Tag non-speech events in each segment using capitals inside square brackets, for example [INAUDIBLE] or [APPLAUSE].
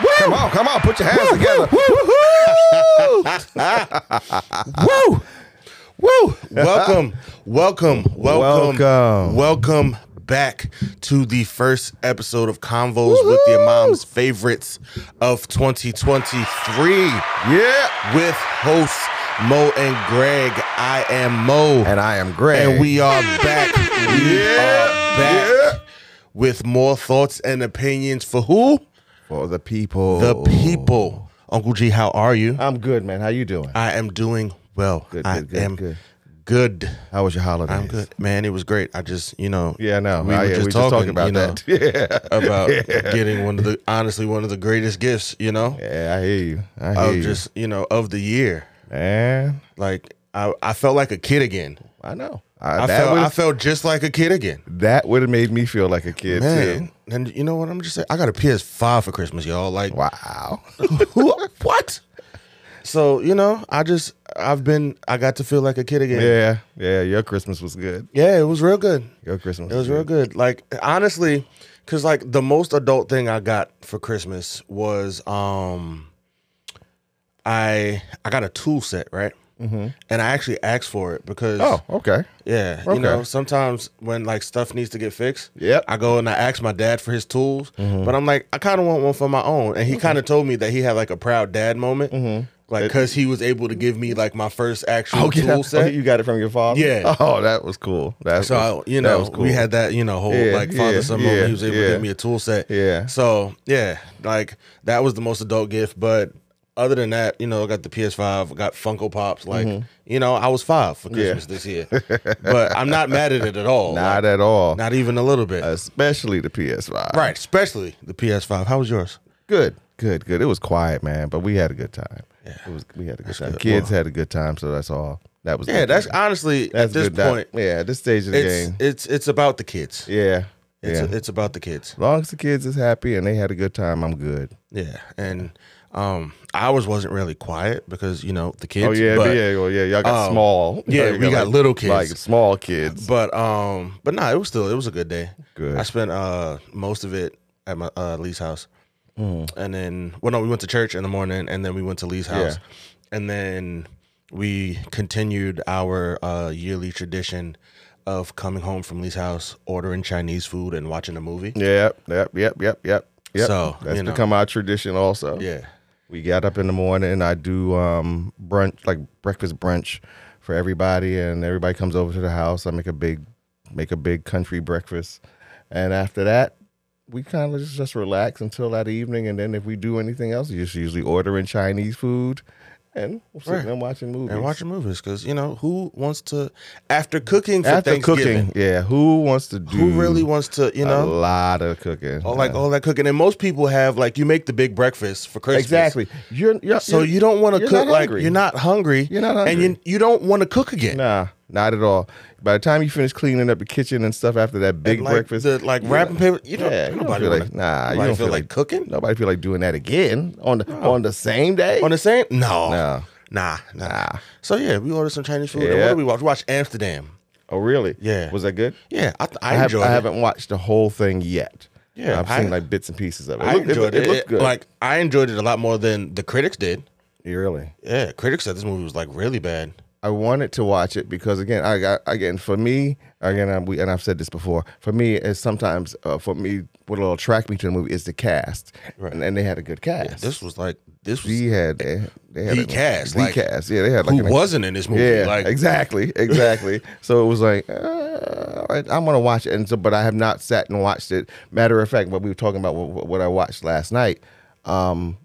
Come on, put your hands together. [LAUGHS] Woo! Woo! Welcome, welcome, welcome, Welcome. welcome back to the first episode of Convos with Your Mom's Favorites of 2023 Yeah. with hosts Mo and Greg. I am Mo, And I am Greg. and we are back. We Yeah. are back Yeah. with more thoughts and opinions for who? for the people. The people. Uncle G, how are you? I'm good, man. How you doing? I am doing well. Uh, Good, I good, good, am good. good. How was your holiday? I'm good, man. It was great. I just, you know, Yeah, no. we I, were yeah, just, we talking, about you know, that. Yeah. about getting one of the honestly one of the greatest gifts, you know, [LAUGHS] Yeah, I hear you. I hear of you. just you know of the year. man. Like I, I felt like a kid again. I know. I that felt, I would've- felt just like a kid again, that would have made me feel like a kid man. too. And you know what? I'm just saying, I got a PS5 for Christmas, y'all. Like Wow. [LAUGHS] who? What? So you know, I just I've been I got to feel like a kid again. [LAUGHS] yeah, yeah. Your Christmas was good. yeah it was real good. Your Christmas. It was real good. Like honestly, because like the most adult thing I got for Christmas was um, I I got a tool set right, mm-hmm. and I actually asked for it because Oh, okay. yeah, okay. you know sometimes when like stuff needs to get fixed, Yep. Mm-hmm. I go and I ask my dad for his tools, but I'm like I kind of want one for my own, and he kind of told me that he had like a proud dad moment, Mm-hmm. like because he was able to give me like my first actual Oh, Okay. tool set. you got it from your father. Yeah. [LAUGHS] Oh, that was cool. That So was, I, you that know, was cool. we had that you know whole Yeah, like father yeah, son yeah, moment. He was able yeah. to give me a tool set. Yeah. So yeah, like that was the most adult gift. But other than that, you know, I got the PS5, got Funko Pops. Like Mm-hmm. you know, I was five for Christmas this year, but I'm not mad at it [LAUGHS] at all. not Like, at all. not even a little Uh, bit. Especially the PS5. right, especially the PS5. How was yours? Good. Good. Good. It was quiet, man, but we had a good time. Yeah. It was. We had a good time. good. Kids had a good time, so that's all. That was. Yeah, good that's time. honestly that's at this good time. point, Yeah, at this stage of the it's game. it's it's about the kids. yeah. It's yeah. it's about the kids. as long as the kids is happy and they had a good time, I'm good. Yeah, and um, ours wasn't really quiet because you know the kids. Oh yeah, but- yeah, well, yeah. Y'all got um, small. [LAUGHS] yeah, Y'all we got little kids. like small kids. But um, but no, it was still it was a good day. Good. I spent uh most of it at my uh, Lee's house, Mm. and then well no, we went to church in the morning, and then we went to Lee's house, and then we continued our uh, yearly tradition of coming home from Lee's house, ordering Chinese food, and watching a movie. Yep, yep, yep, yep, yep, yep. So, that's you know. become our tradition also. Yeah. We got up in the morning. I do um, brunch, like breakfast brunch, for everybody, and everybody comes over to the house. I make a big, make a big country breakfast, and after that, we kind of just, just relax until that evening. And then if we do anything else, we just usually ordering Chinese food, and we're sitting Right. and watching movies. And watching movies because you know who wants to after cooking for after Thanksgiving. cooking, yeah. Who wants to do? Who really wants to you a know lot of cooking? all like oh, all that cooking? And most people have like you make the big breakfast for Christmas. exactly. You're, you're So you're- you don't want to you're cook not like hungry. you're not hungry. You're not and you you don't want to cook again. Nah, not at all. By the time you finish cleaning up the kitchen and stuff after that big And, like, breakfast, the, like you wrapping know, paper. You don't. yeah, you don't nobody feel wanna- like nah. You nobody don't feel like cooking? Nobody feel like doing that again on the on the same day. on the same. No, No. nah, nah, Nah. So yeah, we ordered some Chinese food. And Yeah. what did we watch? We watched Amsterdam. oh really? Yeah. Was that good? Yeah, I, th- I, have, enjoyed I it. haven't watched the whole thing yet. Yeah, I've I- seen like bits and pieces of it. I looked- enjoyed it. it. It looked It- good. Like I enjoyed it a lot more than the critics did. Yeah, really. Yeah, critics said this movie was like really bad. I wanted to watch it because again, I got again for me again, I, we, and I've said this before. For me, it's sometimes uh, for me what'll attract me to the movie is the cast, and, and they had a good cast. This was like this was He had they, they had The a- cast, the like, cast. Yeah, they had like who an- wasn't in this movie. yeah, like [LAUGHS] exactly, exactly. so it was like, uh, all right, I'm gonna watch it, and so but I have not sat and watched it. Matter of fact, what we were talking about, what, what I watched last night, um,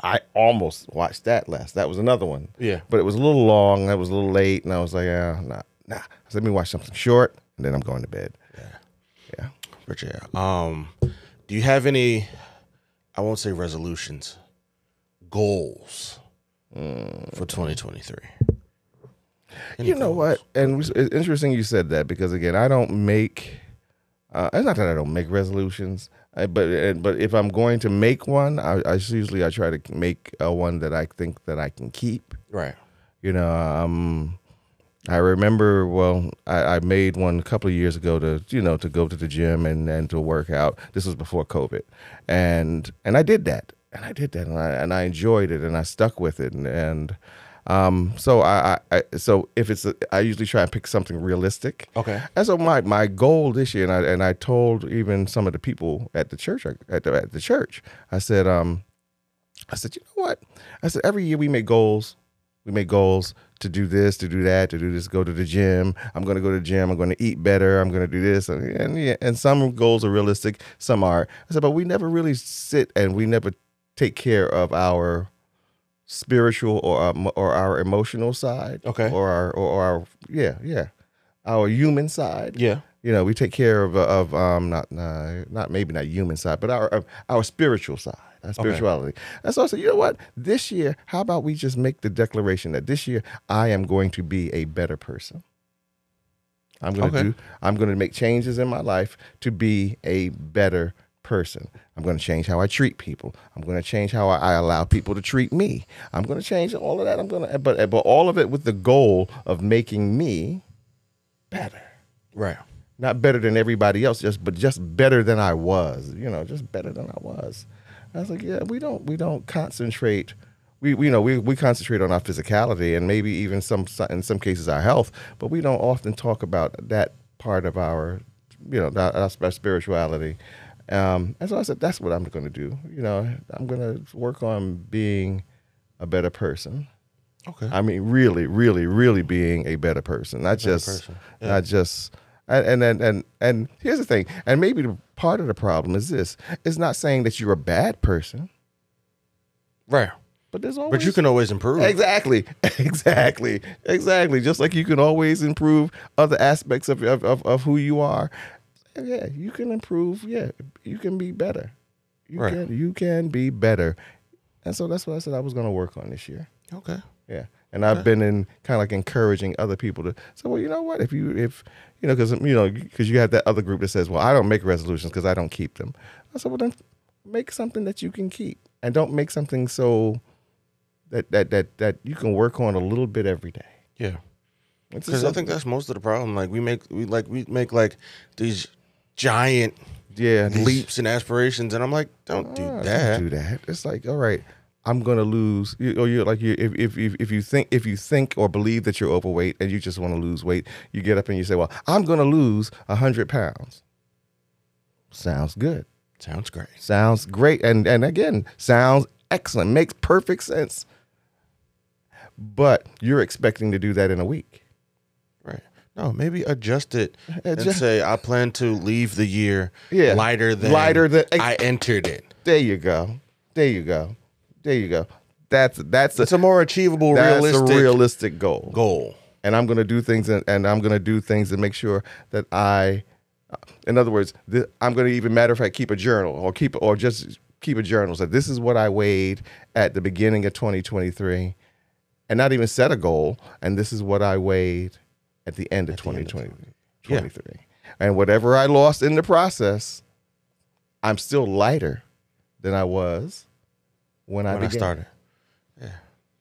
I almost watched that last. That was another one. Yeah. but it was a little long. That was a little late, and I was like, ah, nah, nah. I said, let me watch something short, and then I'm going to bed. Yeah, But yeah. Um, do you have any? I won't say resolutions, goals Mm. for 2023. you know what? And it's it's interesting you said that because again, I don't make. Uh, it's not that I don't make resolutions, I, but and, but if I'm going to make one, I, I just usually I try to make uh, one that I think that I can keep. Right. You know, um, I remember well, I, I made one a couple of years ago to you know to go to the gym and and to work out. This was before COVID, and and I did that, and I did that, and I and I enjoyed it, and I stuck with it, and and um, so I, I, I so if it's a, I usually try and pick something realistic. Okay. And so my my goal this year, and I and I told even some of the people at the church at the at the church, I said um, I said you know what, I said every year we make goals, we make goals to do this, to do that, to do this, go to the gym. I'm going to go to the gym. I'm going to eat better. I'm going to do this. And, and, yeah, and some goals are realistic, some are. I said, but we never really sit and we never take care of our spiritual or um, or our emotional side. Okay. Or our, or our, yeah, yeah, our human side Yeah. you know, we take care of of um not uh, not maybe not human side, but our of our spiritual side, our spirituality. And so I said, you know what? This year, how about we just make the declaration that this year I am going to be a better person. I'm gonna Okay. do. I'm gonna make changes in my life to be a better person. I'm gonna change how I treat people. I'm gonna change how I, I allow people to treat me. I'm gonna change all of that. I'm gonna, but but all of it with the goal of making me better Right. not better than everybody else, just but just better than I was. You know, just better than I was. I was like, yeah, we don't we don't concentrate. We, we you know we, we concentrate on our physicality and maybe even some in some cases our health, but we don't often talk about that part of our you know our, our sp- spirituality. Um, and so I said, that's what I'm going to do. You know, I'm going to work on being a better person. Okay. I mean, really, really, really being a better person. Not just, person, not just. And and and and, and here's the thing. And maybe the, part of the problem is this: it's not saying that you're a bad person, Right. but there's always. But you can always improve. Exactly, [LAUGHS] exactly, exactly. Just like you can always improve other aspects of of, of, of who you are. Yeah, you can improve. Yeah, you can be better. You Right. can you can be better. And so that's what I said I was going to work on this year. Okay. Yeah. And I've been in kind of like encouraging other people to say, well, you know what? If you, if, you know, because, you know, because you have that other group that says, well, I don't make resolutions because I don't keep them. I said, well, then make something that you can keep and don't make something so that, that, that, that you can work on a little bit every day. Yeah. It's just Because I something- think that's most of the problem. Like we make we like we make like these giant yeah, these- leaps and aspirations, and I'm like, don't do Ah, that. Don't do that. It's like, all right, I'm gonna lose. You, or you're like, you, if, if if if you think if you think or believe that you're overweight and you just want to lose weight, you get up and you say, well, I'm gonna lose hundred pounds. Sounds good. Sounds great. Sounds great. And and again, sounds excellent. Makes perfect sense. But you're expecting to do that in a week. Right. No, maybe adjust it and Adjust- say I plan to leave the year Yeah. lighter than Lighter than- I entered it. There you go. There you go. There you go. That's that's a, It's a more achievable, that's realistic a realistic goal. goal. and I'm going to do things and, and I'm going to do things to make sure that I, in other words, th- I'm going to even matter of fact keep a journal or keep or just keep a journal. So this is what I weighed at the beginning of 2023, and not even set a goal. And this is what I weighed at the end of 2020, 2023, and whatever I lost in the process, I'm still lighter than I was when, I When I, began. started. Yeah,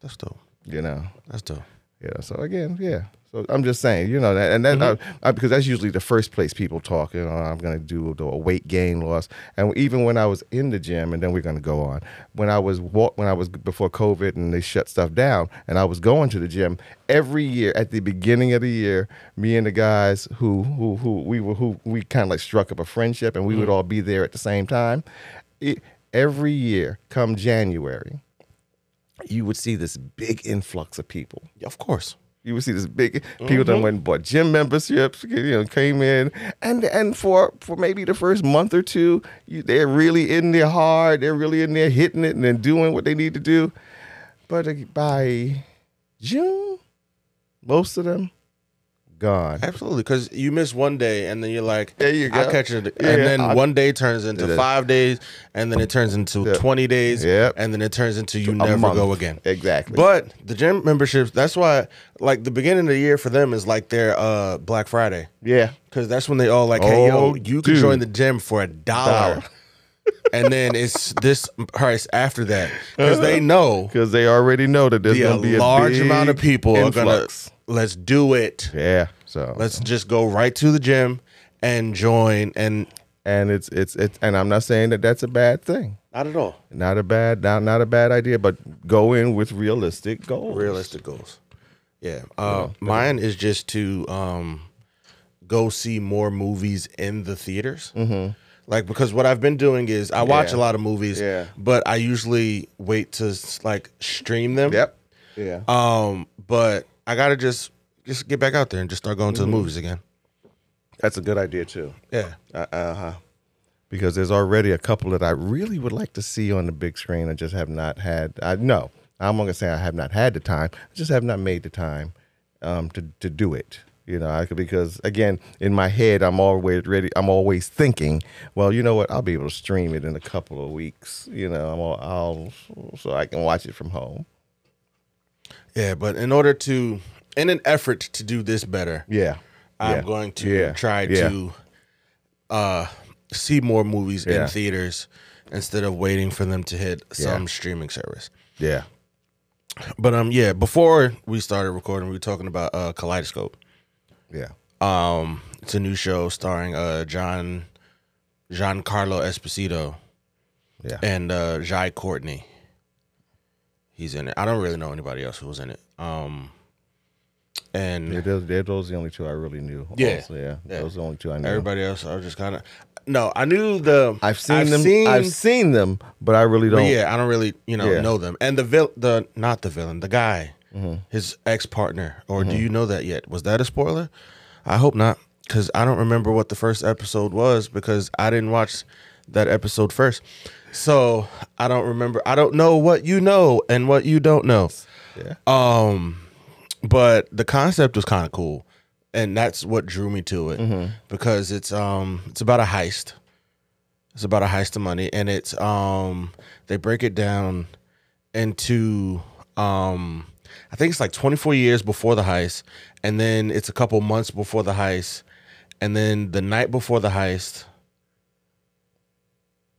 that's dope. You know. That's dope. Yeah. So again, yeah. So I'm just saying, you know, that, and that I, I, because that's usually the first place people talk. You know, I'm going to do the weight gain loss, and even when I was in the gym, and then we're going to go on. When I was walk, when I was before COVID, and they shut stuff down, and I was going to the gym every year at the beginning of the year. Me and the guys who who who we were who we kind of like struck up a friendship, and we would all be there at the same time. It, every year, come January, you would see this big influx of people Yeah, of course. you would see this big people Mm-hmm. that went and bought gym memberships, you know, came in, and and for for maybe the first month or two, you, they're really in there hard, they're really in there hitting it and then doing what they need to do, but uh, by June, most of them gone. Absolutely, because you miss one day and then you're like, There you I go. catch it, Yeah, and then I- one day turns into five days, and then it turns into twenty days, Yep. and then it turns into you A never month. go again. Exactly. But the gym memberships, that's why, like the beginning of the year for them is like their uh, Black Friday, yeah, because that's when they all like, hey Oh, yo, you can dude. join the gym for a dollar. Dollar. [LAUGHS] and then it's this price after that [LAUGHS] because they know because they already know that there's the going to be a large amount of big people influx. are gonna let's do it. Yeah. So Let's just go right to the gym and join. And and it's it's it's and I'm not saying that that's a bad thing. Not at all. Not a bad, not not a bad idea, but go in with realistic goals. Realistic goals. Yeah. Uh, Mine is just to um, go see more movies in the theaters. Like because what I've been doing is I watch Yeah. a lot of movies, Yeah. but I usually wait to s- like stream them. Yep. Uh, Yeah. Um, but I gotta just just get back out there and just start going to the movies again. That's a good idea too. Mm-hmm. Yeah. Uh huh. Because there's already a couple that I really would like to see on the big screen. I just have not had. I no, I'm not gonna say I have not had the time. I just have not made the time um, to to do it. You know, I could because again in my head I'm always ready. I'm always thinking, well, you know what? I'll be able to stream it in a couple of weeks. You know, I'm all, I'll so I can watch it from home. Yeah, but in order to in an effort to do this better, Yeah, I'm Yeah. going to Yeah. try Yeah. to uh see more movies Yeah. in theaters instead of waiting for them to hit some Yeah. streaming service. yeah, But um yeah, before we started recording, we were talking about uh Kaleidoscope. yeah. Um it's a new show starring uh John Giancarlo Esposito. Yeah. And uh Jai Courtney. He's in it. I don't really know anybody else who was in it. Um and They're those, they're those the only two I really knew. Yeah. also, yeah. Yeah. Those are the only two I knew. Everybody else, I was just kind of. No, I knew the. I've seen them. I've seen them, but I really but don't. yeah, I don't really, you know, Yeah. know them. And the vil, the not the villain, the guy, his ex partner, or Mm-hmm. do you know that yet? Was that a spoiler? I hope not, because I don't remember what the first episode was because I didn't watch that episode first, so I don't remember. I don't know what you know and what you don't know. Yeah. Um, but the concept was kind of cool, and that's what drew me to it Mm-hmm. because it's um it's about a heist. It's about a heist of money, and it's um they break it down into um I think it's like 24 years before the heist, and then it's a couple months before the heist, and then the night before the heist,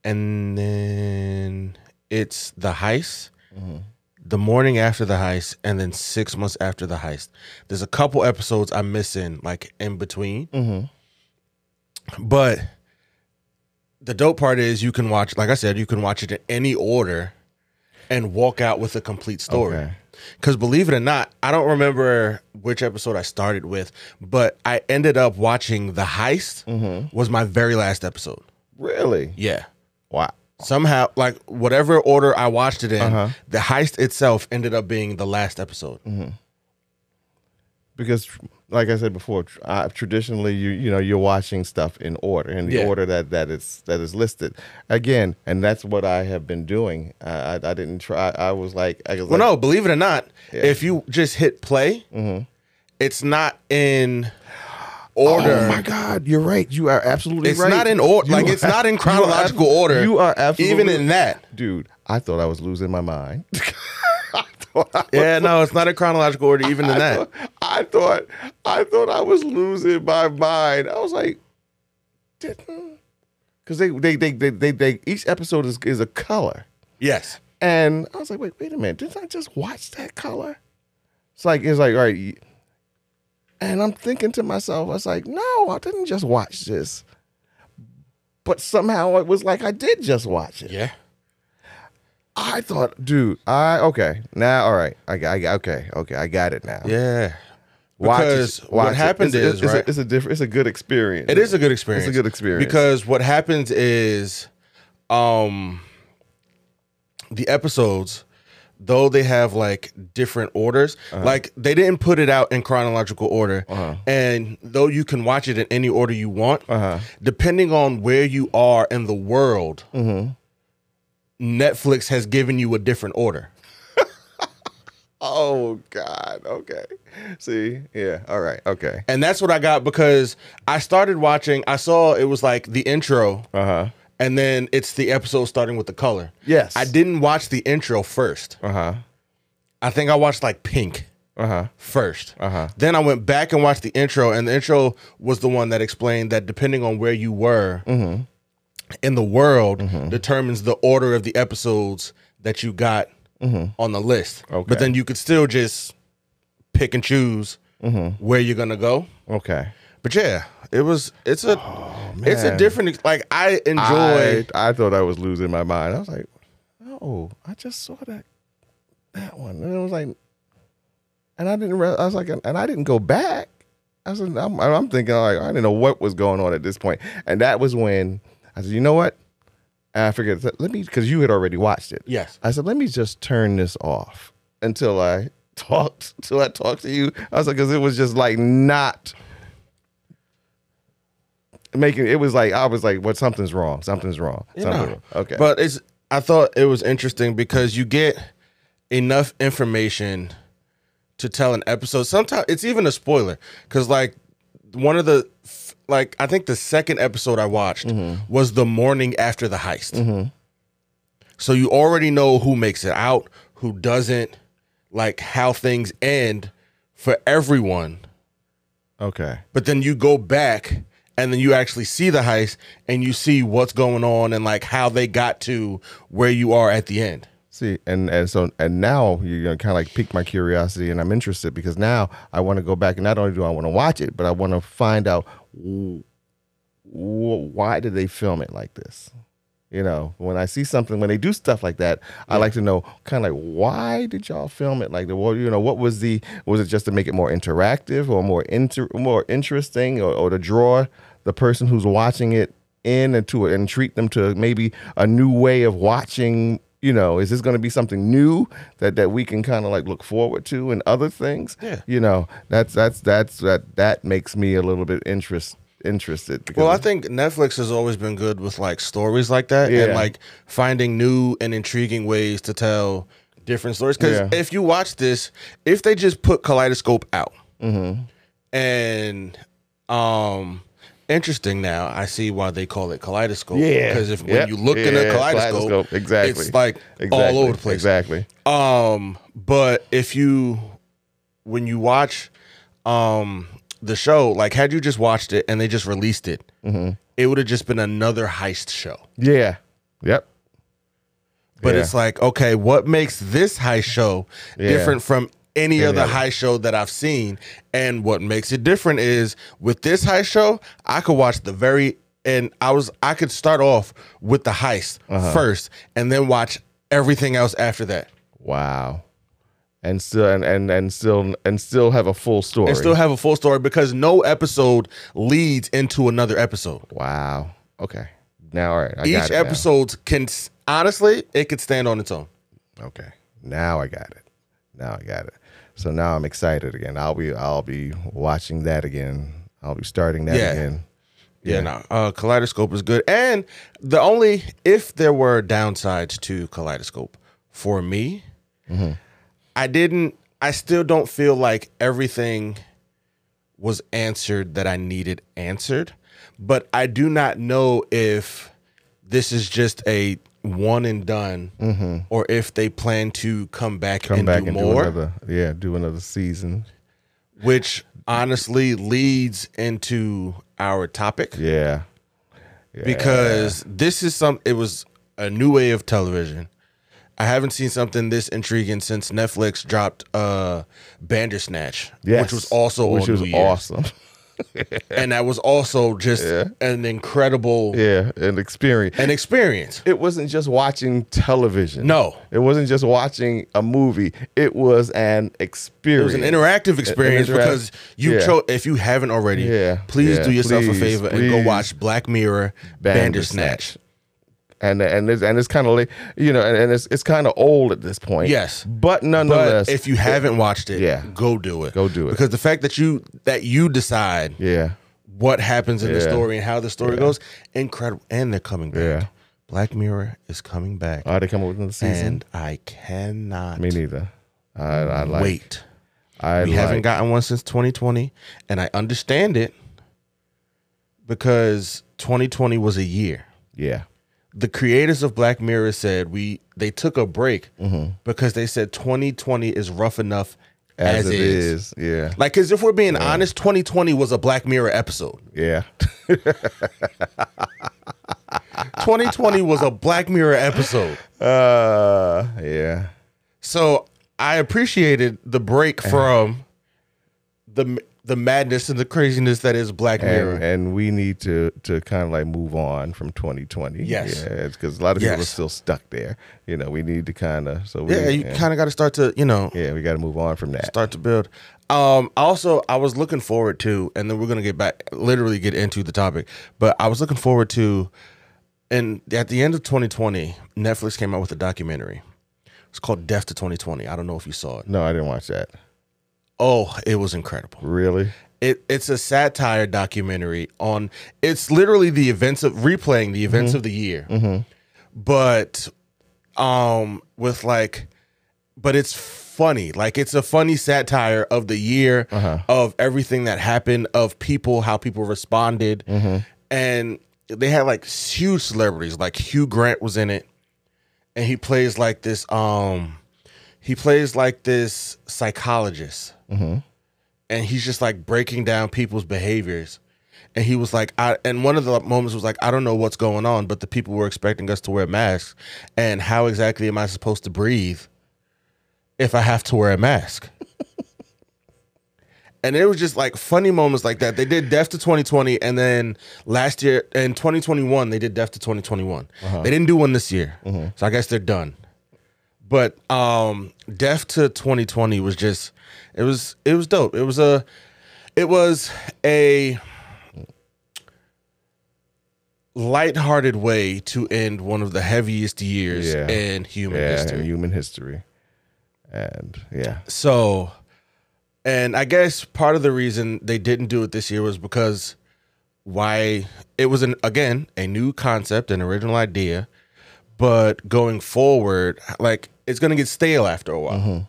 and then it's the heist Mm-hmm. the morning after the heist and then six months after the heist. There's a couple episodes I'm missing, like in between. Mm-hmm. But the dope part is you can watch, like I said, you can watch it in any order and walk out with a complete story. Okay. Because believe it or not, I don't remember which episode I started with, but I ended up watching The Heist, Mm-hmm. was my very last episode. Really? Yeah Wow. somehow like whatever order i watched it in Uh-huh. the heist itself ended up being the last episode Mm-hmm. Because, tr- like I said before, tr- uh, traditionally you you know you're watching stuff in order in the Yeah. order that that it's that is listed. Again, and that's what I have been doing. I I, I didn't try. I was like, I was like, well no believe it or not if you just hit play Mm-hmm. it's not in order Oh my God! You're right. You are absolutely it's right. not in order You like it's are- not in you are ab- chronological order You are absolutely even in that [LAUGHS] dude. I thought I was losing my mind. yeah no it's not in chronological order even in I that thought, [LAUGHS] I thought I thought I was losing my mind. I was like, didn't because they they, they they they they each episode is is a color, yes and I was like, wait wait a minute, didn't I just watch that color? It's like it's like all right, y- and I'm thinking to myself, I was like, no, I didn't just watch this, but somehow it was like I did just watch it. yeah I thought, dude, I okay now, all right, I, got- I got okay, okay, I got it now. yeah Watch because it. what Watch it. happened It's- is it's, right a, it's a different. It's a good experience. It is a good experience. It's a good experience. Because what happens is um the episodes though they have like different orders, Uh-huh. like they didn't put it out in chronological order. And though you can watch it in any order you want, Uh-huh. depending on where you are in the world, Mm-hmm. Netflix has given you a different order. Oh God. Okay. See. Yeah. All right. Okay. And that's what I got because I started watching, I saw it was like the intro. Uh huh. and then it's the episode starting with the color. Yes. I didn't watch the intro first. Uh huh. I think I watched like pink Uh huh. 1st Uh-huh. Then I went back and watched the intro, and the intro was the one that explained that depending on where you were Mm-hmm. in the world determines the order of the episodes that you got on the list. Mm-hmm. Okay. But then Mm-hmm. you could still just pick and choose where you're gonna go. Okay. But But yeah, it was. It's a. it's a Oh, man. different. ex- Like I enjoy. I, I thought I was losing my mind. I was like, oh, I just saw that that one, and it was like, and I didn't. Re- I was like, and I didn't go back. I was. I'm, I'm thinking like I didn't know what was going on at this point, and that was when I said, you know what? And I figured let me because you had already watched it. yes. I said, let me just turn this off until I [LAUGHS] talked, until I talked to you. I was like, because it was just like not making. It was like I was like, what? Something's wrong. Something's wrong. Something's No. wrong. Okay. But it's I thought it was interesting because you get enough information to tell an episode. Sometimes it's even a spoiler cuz like one of the f- like I think the second episode I watched Mm-hmm. was the morning after the heist. So you already know who makes it out, who doesn't, like how things end for everyone. okay. But then you go back and then you actually see the heist and you see what's going on and like how they got to where you are at the end. See, and and so and now you're gonna kind of like pique my curiosity, and I'm interested because now I want to go back, and not only do I want to watch it, but I want to find out w- w- why did they film it like this. You know, when I see something, when they do stuff like that, I like to know kind of like why did y'all film it like that? Well, you know, what was the was it just to make it more interactive or more inter more interesting or, or to draw the person who's watching it in and to and treat them to maybe a new way of watching. You know, is this going to be something new that that we can kind of like look forward to and other things? Yeah. You know, that's that's that's that that makes me a little bit interest interested. Because Well, I think Netflix has always been good with like stories like that and Yeah. like finding new and intriguing ways to tell different stories. Because Yeah. if you watch this, if they just put Kaleidoscope out Mm-hmm. and um interesting now i see why they call it kaleidoscope Yeah. because if when Yep. you look in a Yeah, kaleidoscope, kaleidoscope. Exactly. it's like all over the place Exactly. Um, but if you when you watch um the show, like had you just watched it and they just released it, it would have just been another heist show. Yeah. Yep. But Yeah. it's like, okay, what makes this heist show Yeah. different from any other other. heist show that I've seen? And what makes it different is with this heist show, I could watch the very and I was I could start off with the heist first and then watch everything else after that. Wow. And still and, and and still and still have a full story. and still have a full story because no episode leads into another episode. wow. Okay. Now all right. I got it Each now. episode can s- honestly it could stand on its own. Okay. Now I got it. Now I got it. So now I'm excited again. I'll be I'll be watching that again. I'll be starting that Yeah. again. Yeah, no. Uh, Kaleidoscope is good, and the only if there were downsides to Kaleidoscope for me, Mm-hmm. I didn't. I still don't feel like everything was answered that I needed answered, but I do not know if this is just a one and done, or if they plan to come back Mm-hmm. Come and back do and more do another yeah, do another season. which honestly leads into our topic Yeah. Yeah. because this is some it was a new way of television i haven't seen something this intriguing since netflix dropped uh bandersnatch Yes. which was also which on was New Year's. awesome. [LAUGHS] and that was also just an incredible yeah, and experience. an experience it wasn't just watching television. No. It wasn't just watching a movie. It was an it experience. was an interactive experience interact- because you yeah. chose if you haven't already Yeah, please yeah, do yourself please, a favor and go please. watch black mirror bandersnatch. Bandersnatch. and and it's and it's kind of like you know and, and it's it's kind of old at this point. Yes. But But nonetheless, if you haven't watched it, Yeah. go do it. Go do it. Because the fact that you that you decide yeah, what happens in the Yeah. story and how the story goes, incredible. And they're coming back. Yeah. Black Mirror is coming back, are they coming with another season? and I cannot Me neither. I, I like. wait. I we like, haven't gotten one since 2020, and I understand it because 2020 was a year. Yeah. the creators of Black Mirror said we they took a break Mm-hmm. because they said 2020 is rough enough as, it is. [LAUGHS] Yeah. Like, cause if we're being honest, 2020 was a Black Mirror [LAUGHS] episode. Yeah. 2020 was a Black Mirror episode. Uh. Yeah. So I appreciated the break from the the madness and the craziness that is Eh. Black Mirror. and, and we need to to kind of like move on from 2020. Yes. because a lot of people are Yes. still stuck there. You know, we need to kind of so we, yeah, you kind of got to start to, you know, yeah, we got to move on from that. start to build. Um, also, I was looking forward to, and then we're gonna get back, literally get into the topic. But I was looking forward to, and at the end of 2020, Netflix came out with a documentary. It's called Death to 2020. I don't know if you saw it. No, I didn't watch that. Oh, it was incredible. Really? It, it's a satire documentary on. It's literally the events of replaying the events of the year, but um, with like but it's funny. Like it's a funny satire of the year, of everything that happened, of people, how people responded, and they had like huge celebrities. Like Hugh Grant was in it, and he plays like this. Um, he plays like this psychologist, and he's just like breaking down people's behaviors. And he was like, I, and one of the moments was like, I don't know what's going on, but the people were expecting us to wear masks. And how exactly am I supposed to breathe if I have to wear a mask. [LAUGHS] and it was just like funny moments like that. They did Death to 2020, and then last year in 2021 they did Death to 2021. They didn't do one this year, so I guess they're done. But um, Death to 2020 was just it was it was dope. It was a it was a lighthearted way to end one of the heaviest years Yeah. in human Yeah, history. in human history. And yeah, So, and I guess part of the reason they didn't do it this year was because why it was an again a new concept, an original idea, but going forward, like it's gonna get stale after a while.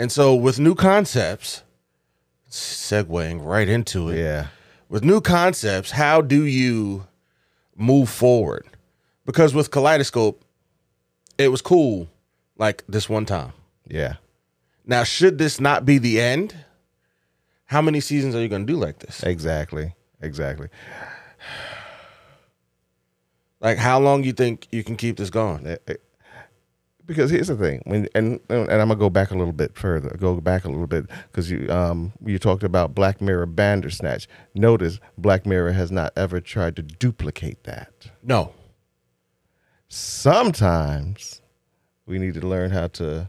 And so, with new concepts, segueing right into it, yeah, with new concepts, how do you move forward? Because with Kaleidoscope, it was cool, like this one time. yeah. Now, should this not be the end? How many seasons are you going to do like this? Exactly, exactly. Like, how long you think you can keep this going? Uh, uh, because here's the thing when and and I'm gonna go back a little bit further go back a little bit because you um you talked about Black Mirror Bandersnatch notice Black Mirror has not ever tried to duplicate that No. sometimes we need to learn how to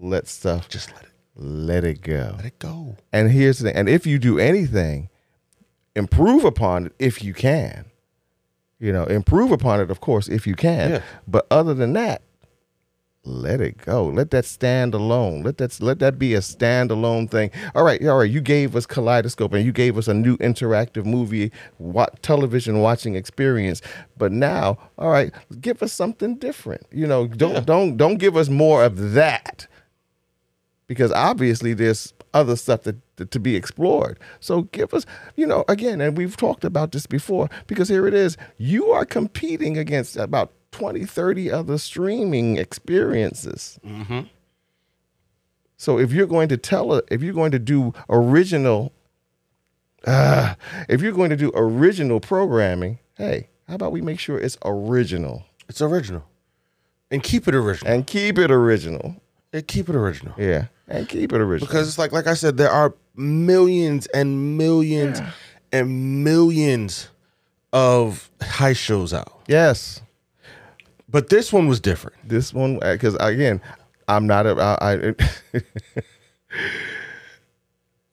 let stuff Just let it let it go let it go. and here's the thing and if you do anything improve upon it if you can you know improve upon it of course if you can Yeah. but other than that let it go let that stand alone let that let that be a standalone thing all right all right you gave us kaleidoscope and you gave us a new interactive movie wa- television watching experience but now all right give us something different you know don't don't don't give us more of that because obviously there's other stuff that, that to be explored. So give us, you know, again, and we've talked about this before because here it is. You are competing against about 20, 30 other streaming experiences. So if you're going to tell it, if you're going to do original, ah, if you're going to do original programming, hey, how about we make sure it's original It's original. And keep it original. and keep it original? And keep it original. Yeah, and keep it original. Because it's like like I said, there are millions and millions and millions of high shows out. yes. But this one was different. this one because again i'm not a i i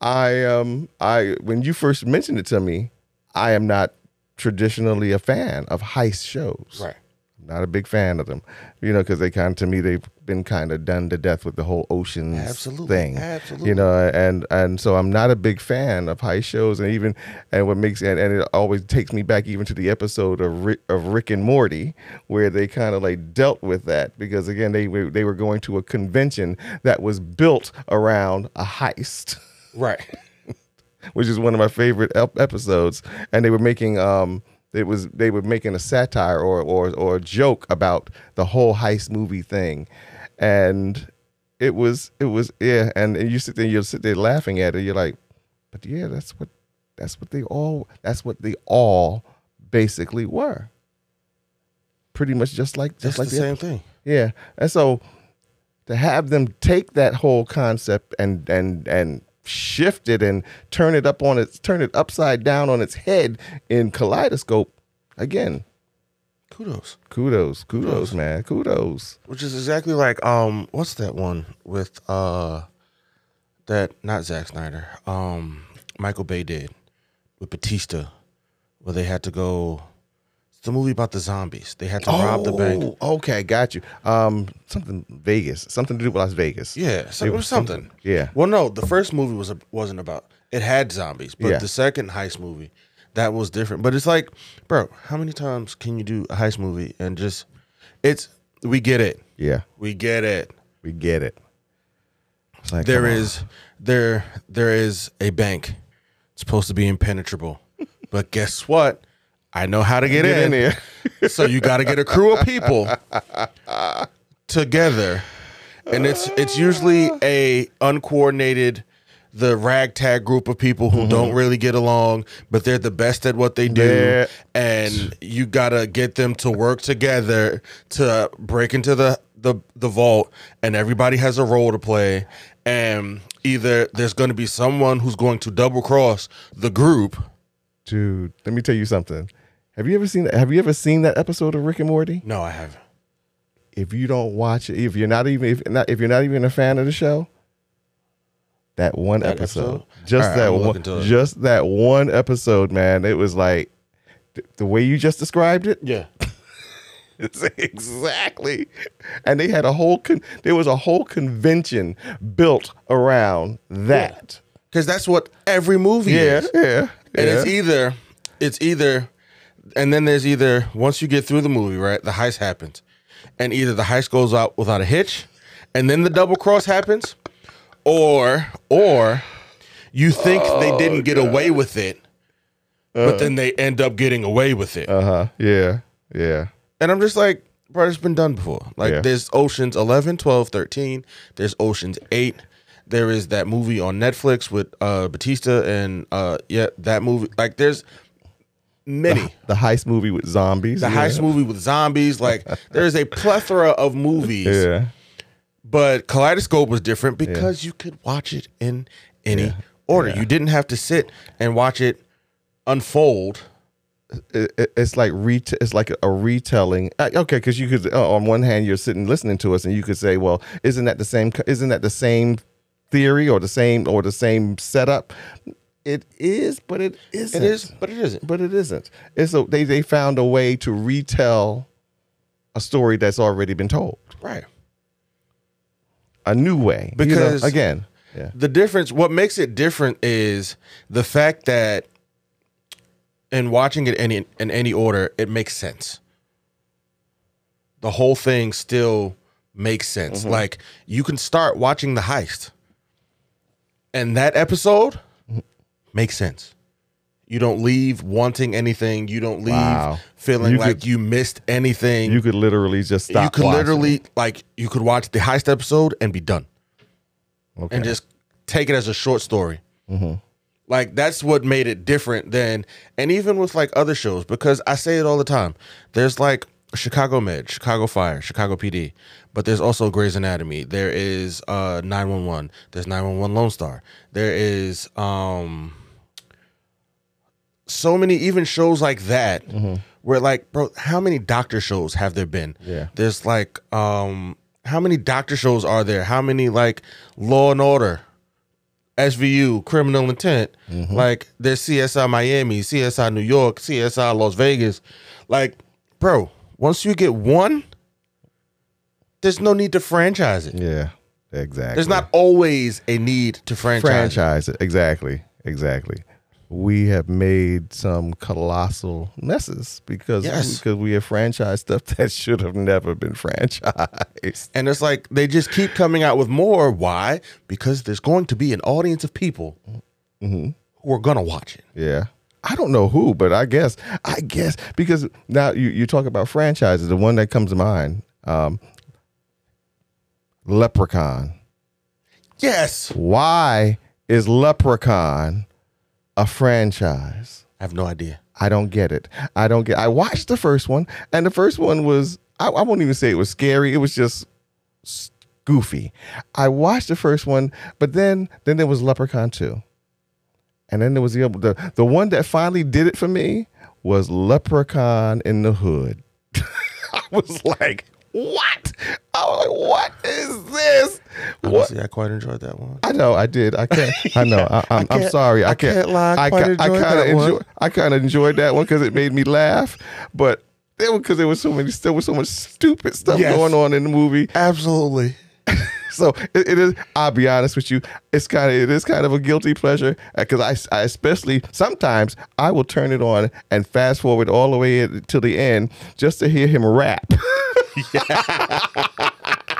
I [LAUGHS] um I when you first mentioned it to me, I am not traditionally a fan of heist shows. I'm not a big fan of them, you know, because they kind of to me they've been kind of done to death with the whole ocean Absolutely, thing, absolutely. you know, and and so I'm not a big fan of high shows, and even and what makes and, and it always takes me back even to the episode of Rick, of Rick and Morty where they kind of like dealt with that because again they were- they were going to a convention that was built around a heist Right. which is one of my favorite ep- episodes. And they were making um, it was they were making a satire or or or a joke about the whole heist movie thing, and it was it was yeah. And, and you sit there, you'll sit there laughing at it. You're like, but yeah, that's what that's what they all that's what they all basically were. Pretty much just like just Just like the the same thing. yeah, and so to have them take that whole concept and and and shift it and turn it up on its turn it upside down on its head in kaleidoscope again Kudos. kudos kudos, man kudos Which is exactly like um what's that one with uh that not Zack Snyder. Um Michael Bay did with Batista where they had to go it's the movie about the zombies. They had to rob the bank. Oh, okay got you um something vegas something to do with las vegas Yeah, so It it was was something. yeah Well, no, the first movie was wasn't about it had zombies, but Yeah. the second heist movie that was different. But it's like, bro, how many times can you do a heist movie and just it's we get it, yeah we get it. we get it it's like There come on. is there there is a bank It's supposed to be impenetrable, but guess what? I know how to get, get in there so you got to get a crew of [LAUGHS] people together and it's it's usually a uncoordinated the ragtag group of people who don't really get along but they're the best at what they do Yeah. and you got to get them to work together to break into the the the vault and everybody has a role to play and either there's going to be someone who's going to double cross the group dude let me tell you something have you ever seen have you ever seen that episode of rick and morty no i haven't if you don't watch it, if you're not even if not if you're not even a fan of the show, that one That episode, episode? just All right, that I'm one, looking to it. just that one episode, man. It was like th- the way you just described it. [LAUGHS] yeah It's exactly, and they had a whole con- there was a whole convention built around that. because that's what every movie Yeah, is yeah, And it's yeah. either, it's either, and then there's either once you get through the movie, right? The heist happens, and either the heist goes out without a hitch, and then the double cross happens, or or you think they didn't get away with it, but then they end up getting away with it. uh huh, yeah, yeah. And I'm just like, bro, it's been done before. Like, Yeah. there's Oceans 11, 12, 13. There's Oceans 8. There is that movie on Netflix with uh Batista and uh yeah, that movie. Like, there's [LAUGHS] many. The heist movie with zombies. The yeah. heist movie with zombies. Like, there's a plethora of movies. Yeah, But Kaleidoscope was different because you could watch it in any order. You didn't have to sit and watch it unfold. it, it- it's like ret- it's like a retelling. Uh, Okay, because you could uh, on one hand you're sitting listening to us, and you could say, "Well, isn't that the same? co- Isn't that the same theory or the same or the same setup?" It is, but it isn't. It is, but it isn't. but it isn't. It's a, they they found a way to retell a story that's already been told, Right. a new way. you know, Because- again, yeah, the difference what makes it different is the fact that in watching it any in any order it makes sense the whole thing still makes sense Mm-hmm. like you can start watching the heist and that episode Mm-hmm. makes sense you don't leave wanting anything you don't leave Wow. feeling You like could- you missed anything you could literally just stop. you could watching. literally like you could watch the heist episode and be done okay. and just take it as a short story. Like that's what made it different than, and even with like other shows, because I say it all the time. There's like Chicago Med, Chicago Fire, Chicago PD, but there's also Grey's Anatomy. There is uh 911. There's 911 Lone Star. There is um so many even shows like that where like bro how many doctor shows have there been Yeah. there's like um how many doctor shows are there how many like law and order svu criminal intent like there's csi miami csi new york csi las vegas like bro once you get one there's no need to franchise it yeah, exactly. there's not always a need to franchise, it. franchise it. Exactly. Exactly. We have made some colossal messes because Yes. because we have franchised stuff [LAUGHS] that should have never been franchised. And it's like they just keep coming out with more. Why? Because there's going to be an audience of people Mm-hmm. who are gonna watch it. Yeah. I don't know who, but I guess I guess because now you, you talk about franchises, the one that comes to mind, um, Leprechaun. Yes. Why is Leprechaun a franchise? I have no idea. I don't get it. I don't get. I watched the first one, and the first one was I, I won't even say it was scary. It was just s- goofy. I watched the first one, but then then there was Leprechaun 2. And then there was the the, the one that finally did it for me was Leprechaun in the Hood. [LAUGHS] I was like, what? I was like, what is this? What? Honestly, I quite enjoyed that one. I know I did. I can't. I know. I, I'm, I am can't- sorry. I, [LAUGHS] I can't. can't lie. I I, quite ki- I enjoyed kind of that one. enjoy. I kind of enjoyed that one because it made me laugh, but it was because there was so many. There was so much stupid stuff Yes. going on in the movie. Absolutely. So it, it is. I'll be honest with you. It's kind of. It is kind of a guilty pleasure because I, s- I especially sometimes I will turn it on and fast forward all the way in- to the end just to hear him rap. [LAUGHS]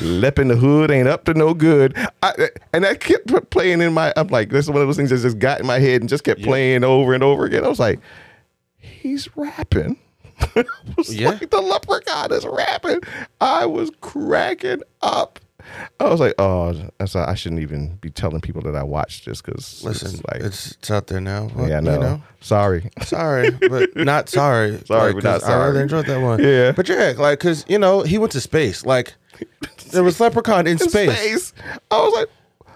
Lep in the hood ain't up to no good. I, and that kept p- playing in my. I'm like, this is one of those things that just got in my head and just kept playing over and over again. I was like, he's rapping. [LAUGHS] I was Yeah. like, the leprechaun is rapping. I was cracking up. I was like, oh, that's I shouldn't even be telling people that I watched this because Listen, it's like, it's, it's out there now. but, yeah, you no, know. sorry. [LAUGHS] Sorry, but not sorry. Sorry, Like, but not 'cause I sorry. really enjoyed that one. Yeah. But yeah, like, because, you know, he went to space. Like, there [LAUGHS] was Leprechaun in, in space. space. I was like,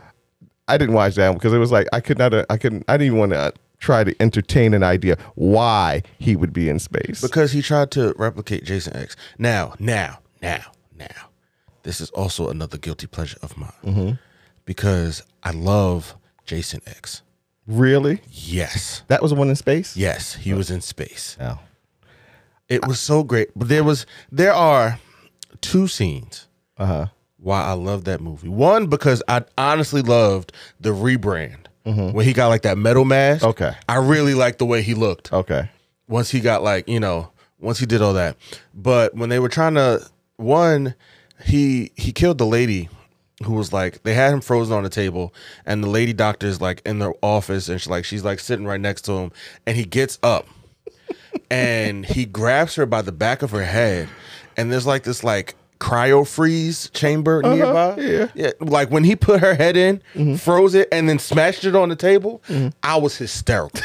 I didn't watch that because it was like I could not, I couldn't, I didn't even want to try to entertain an idea why he would be in space. Because he tried to replicate Jason X. Now, now, now, now. This is also another guilty pleasure of mine. Because I love Jason X. really, Yes. that was the one in space. Yes, he was in space. No. It was so great. But there was there are two scenes Uh huh. why I love that movie. One because I honestly loved the rebrand when he got like that metal mask. Okay. I really liked the way he looked Okay. once he got like you know once he did all that. But when they were trying to one, he he killed the lady who was like they had him frozen on the table and the lady doctor is like in the office and she's like she's like sitting right next to him and he gets up [LAUGHS] and he grabs her by the back of her head and there's like this like cryo freeze chamber nearby Uh-huh. yeah. Mm-hmm. like when he put her head in froze it and then smashed it on the table i was hysterical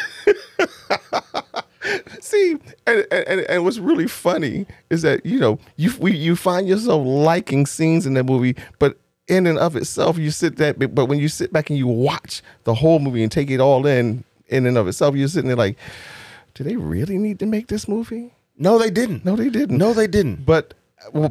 See, and, and and- and what's really funny is that you know you we, you find yourself liking scenes in that movie, but in and of itself, you sit that. But when you sit back and you watch the whole movie and take it all in, in and of itself, you're sitting there like, do they really need to make this movie? no they didn't No, they didn't. No, they didn't. but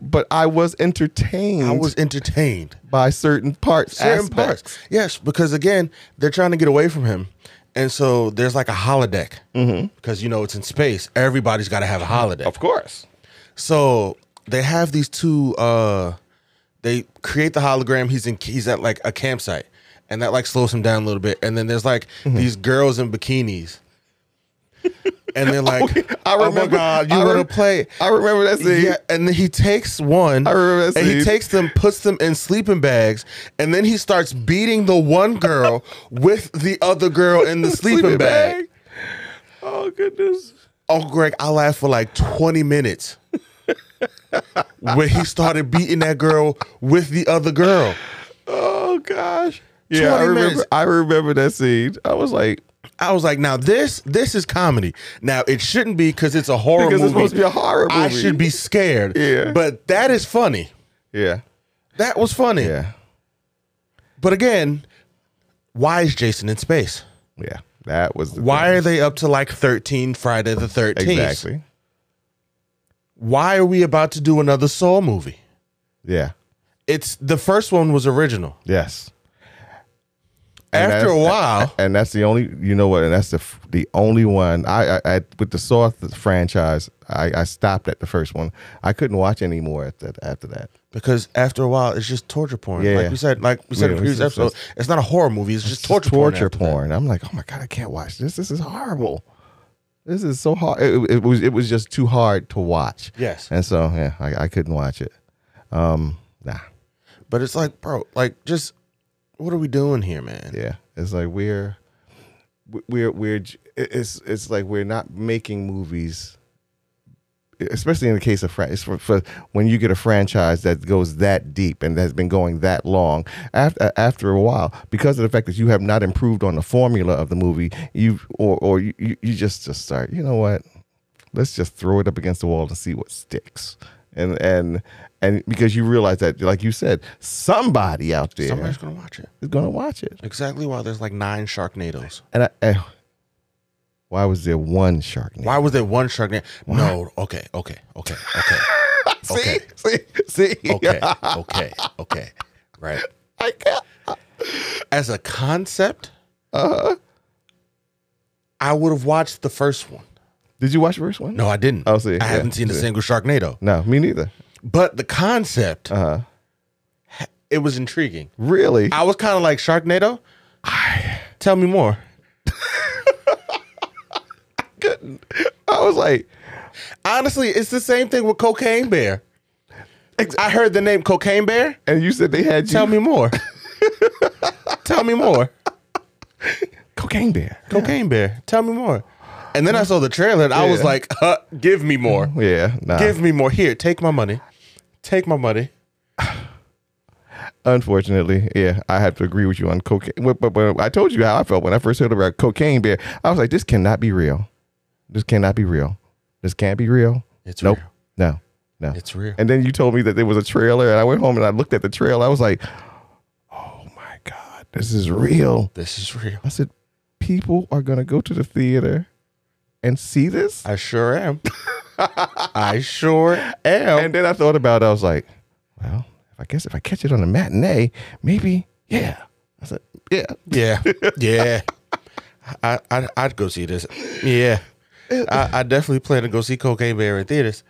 but I was entertained I was entertained. by certain parts. Certain aspects. parts. Yes, because again, they're trying to get away from him. And so there's like a holodeck. Mm-hmm. Because, you know, it's in space. Everybody's got to have a holodeck. of course. So they have these two, uh they create the hologram. He's in, he's at like a campsite. And that like slows him down a little bit. And then there's like Mm-hmm. these girls in bikinis. [LAUGHS] And they're like, I oh my remember- God, you I want to rem- play. I remember that scene. Yeah, and then he takes one. I remember that And he scene. takes them, puts them in sleeping bags, and then he starts beating the one girl with the other girl in [LAUGHS] the sleeping, bag. Oh goodness. Oh, Greg, I laughed for like [LAUGHS] 20 minutes when he started beating that girl with the other girl. Oh gosh. Yeah, I 20 remember. minutes. I remember that scene. I was like, I was like, now this this is comedy. Now it shouldn't be because it's a horror Because it's movie. supposed to be a horror I movie. should be scared. Yeah. But that is funny. yeah, That was funny. yeah, But again, why is Jason in space? yeah. That was the Why are they up to like 13 Friday the 13th? thing. exactly. Why are we about to do another Saw movie? Yeah. It's the first one was original. Yes. After a that's- while, [LAUGHS] and that's the only you know what and that's the f- the only one I, I, I with the Saw th- franchise I, I stopped at the first one I couldn't watch any more at that after that because after a while, it's just torture porn. Yeah. Like we said, like we said in Yeah, the previous it's just- episode, it's not a horror movie. It's just torture, torture, torture porn. after that. porn I'm like oh my god I can't watch this this is horrible this is so hard it, it was it was just too hard to watch Yes. and so yeah I, I couldn't watch it um nah But it's like, bro, like just what are we doing here, man? yeah it's like we're we're we're j- it- it's it's like we're not making movies especially in the case of franchise for, for when you get a franchise that goes that deep and has been going that long after after a while because of the fact that you have not improved on the formula of the movie you or or you, you you just just start you know what let's just throw it up against the wall and see what sticks and and and because you realize that, like you said, somebody out there Somebody's gonna watch it. is gonna watch it. Exactly why there's like nine Sharknadoes. And I, and why was there one shark? Why was there one Sharknado? No. Okay. Okay. Okay. [LAUGHS] Okay. see, see, [LAUGHS] see. Okay. okay. Okay. Right. I can't. As a concept, Uh-huh. I would have watched the first one. Did you watch the first one? No, I didn't. Oh, see, I yeah, haven't seen a see. single Sharknado. no, me neither. But the concept, Uh, it was intriguing. really? I was kind of like Sharknado. Tell me more. I was like, Honestly, it's the same thing with Cocaine Bear. I heard the name Cocaine Bear. and you said they had you Tell me more. [LAUGHS] Tell me more. cocaine bear. Cocaine Bear. Tell me more. And then I saw the trailer and I was Yeah. like, huh, give me more. Yeah, nah. Give me more. Here, take my money. Take my money. Unfortunately, yeah, I have to agree with you on cocaine. But, but, but I told you how I felt when I first heard about cocaine bear. I was like, this cannot be real. This cannot be real. This can't be real. It's nope. real. No. No. It's real. And then you told me that there was a trailer, and I went home and I looked at the trailer. I was like, oh my god, this is real. This is real. I said, people are gonna go to the theater and see this. I sure am. I sure am. And then I thought about it. I was like, well, if I guess if I catch it on a matinee, maybe yeah. I said, yeah. Yeah, yeah. I, I I'd go see this. Yeah, I, I definitely plan to go see Cocaine Bear in theaters.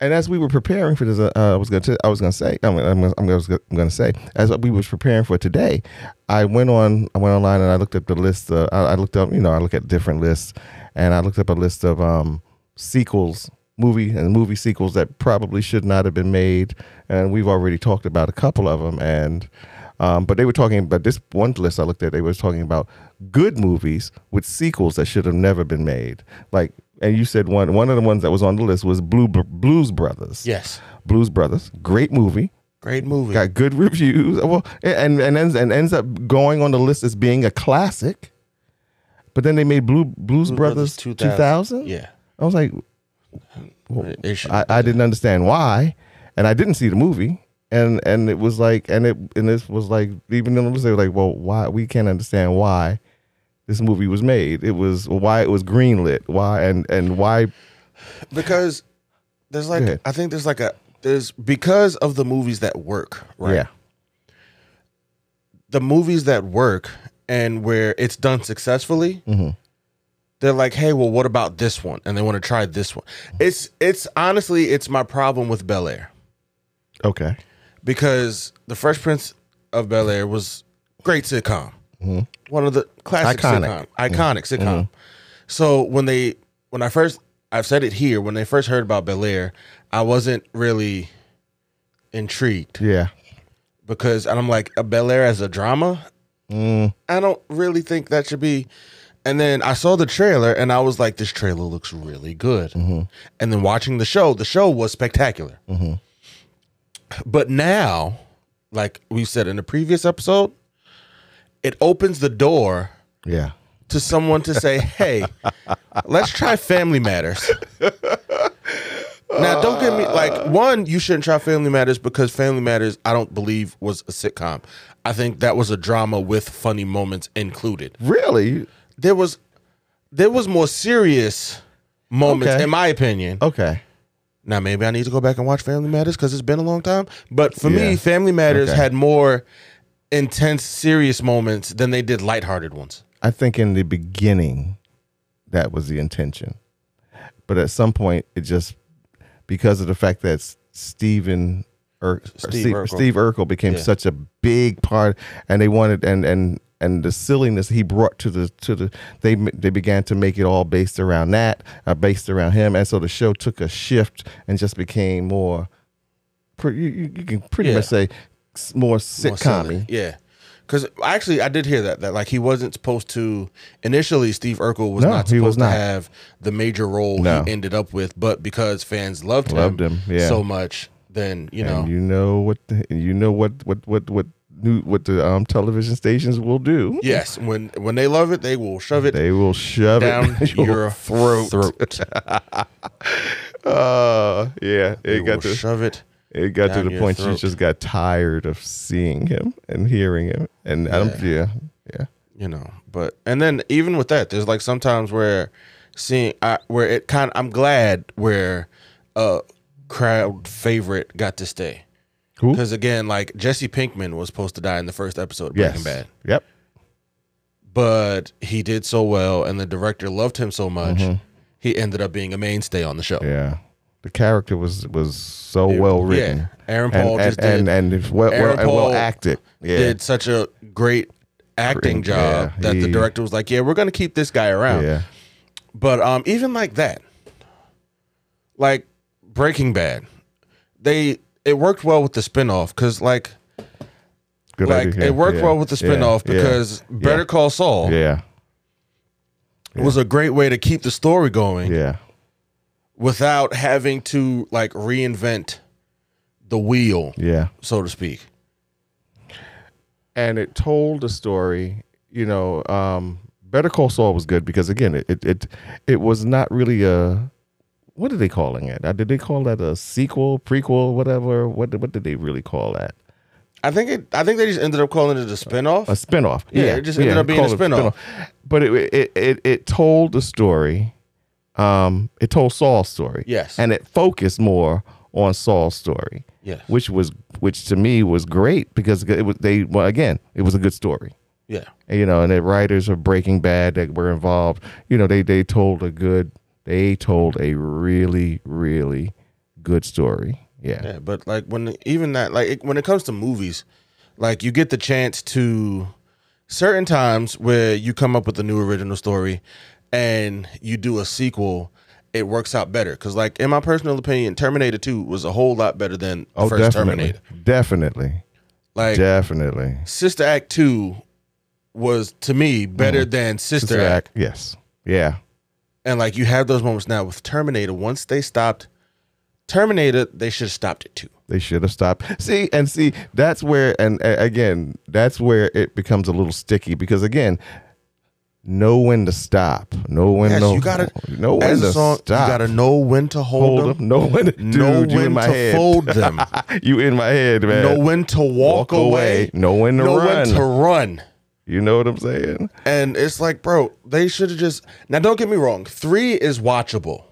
And as we were preparing for this, uh, uh, I was gonna, t- I was gonna say, I'm, gonna- I'm, gonna, I'm, gonna, I'm gonna say, as we was preparing for today, I went on, I went online and I looked up the list. Uh, I, I looked up, you know, I look at different lists, and I looked up a list of um, sequels, movie and movie sequels that probably should not have been made, and we've already talked about a couple of them, and. Um, but they were talking about this one list I looked at. They was talking about good movies with sequels that should have never been made. Like, and you said one one of the ones that was on the list was Blue Blues Brothers. Yes, Blues Brothers, great movie, great movie. got good [LAUGHS] reviews. Well, and and ends and ends up going on the list as being a classic. But then they made Blue Blues Brothers, 2000. Yeah, I was like, it should, I, I didn't understand why, and I didn't see the movie, and and it was like, and it and this was like, even though they were like, well, why we can't understand why this movie was made. It was why it was greenlit, why and and why because there's like Go ahead. I think there's like a there's because of the movies that work. Right. yeah The movies that work and where it's done successfully. They're like, hey, well, what about this one? And they want to try this one. It's it's honestly, it's my problem with Bel Air. okay because the Fresh Prince of Bel Air was great sitcom, one of the classic Iconic. sitcom, iconic sitcom. So when they, when I first, I've said it here, when they first heard about Bel Air, I wasn't really intrigued yeah because, and I'm like, a Bel Air as a drama, Mm. I don't really think that should be. And then I saw the trailer and I was like, this trailer looks really good. And then watching the show, the show was spectacular. But now, like we said in the previous episode, it opens the door yeah to someone to say, hey, let's try Family Matters. Now, don't get me like one. You shouldn't try Family Matters because Family Matters, I don't believe, was a sitcom. I think that was a drama with funny moments included. really There was, there was more serious moments, Okay. in my opinion. okay Now, maybe I need to go back and watch Family Matters because it's been a long time. But for me, Yeah. Family Matters Okay. had more intense, serious moments than they did lighthearted ones. I think in the beginning that was the intention. But at some point it just because of the fact that S- Steven or Steve Steve, Steve, Urkel. Urkel. became Yeah. such a big part and they wanted and and and the silliness he brought to the to the they m- they began to make it all based around that, uh, based around him and so the show took a shift and just became more pre- you, you you can pretty Yeah. much say s- more More silly. sitcom Yeah. Because actually, I did hear that that like he wasn't supposed to. Initially, Steve Urkel was No, not he supposed was to not. have the major role No. he ended up with, but because fans loved him, Loved him, yeah. so much, then you know, And you know what the, and you know what what what what new what the um, television stations will do. Yes, when when they love it, they will shove it They will shove down it your, throat. [LAUGHS] Uh, yeah, They it got will to shove it. it got to down the your point you throat. just got tired of seeing him and hearing him, and I don't. Yeah, yeah. you know but and then even with that there's like sometimes where seeing I, where it kind of i'm glad where a crowd favorite got to stay Who? because again like jesse pinkman was supposed to die in the first episode of breaking Yes. bad Yep. but he did so well and the director loved him so much Mm-hmm. he ended up being a mainstay on the show Yeah. The character was was so well written. yeah. Aaron Paul and, just did- and, and, and well, well, Aaron and well Paul acted. Yeah. did such a great acting Great, job yeah, that the he- director was like yeah we're gonna keep this guy around yeah. But um, even like that, like Breaking Bad, they it worked well with the spinoff because like Good like idea. it worked Yeah. well with the Yeah. spinoff Yeah. because Better Call Saul Yeah. was a great way to keep the story going Yeah. without having to like reinvent the wheel, Yeah. so to speak. and it told the story. You know, um, Better Call Saul was good because again, it it it, it was not really a what are they calling it? Uh, Did they call that a sequel, prequel, whatever? What did- what did they really call that? I think it. I think they just ended up calling it a spinoff. A spinoff. Yeah, it just ended up being a call it spinoff. But it, it it it told the story. Um, it told Saul's story. Yes. and it focused more on Saul's story. Yes. which was which to me was great because it was they well again it was a good story. yeah, you know, and the writers of Breaking Bad that were involved, you know, they they told a good, they told a really really good story. Yeah, yeah. But like when even that like it, when it comes to movies, like you get the chance to certain times where you come up with a new original story and you do a sequel it works out better because like in my personal opinion terminator 2 was a whole lot better than the oh, first definitely, terminator definitely, like definitely. sister act 2 was to me better than sister, Mm-hmm. Sister act. Act, yes, yeah, and like you have those moments now with terminator once they stopped terminator they should have stopped it too they should have stopped. See, and see, that's where, and a- again, that's where it becomes a little sticky because again. Know when to stop. Know when yes to you gotta know when as to a song stop. you gotta know when to hold, hold them them. Know when to dude, know you when in my to head. fold [LAUGHS] them you in my head, man. know when to walk, away, know when to know run. when to run. you know what I'm saying? And it's like, bro, they should have just. Now, don't get me wrong. Three is watchable.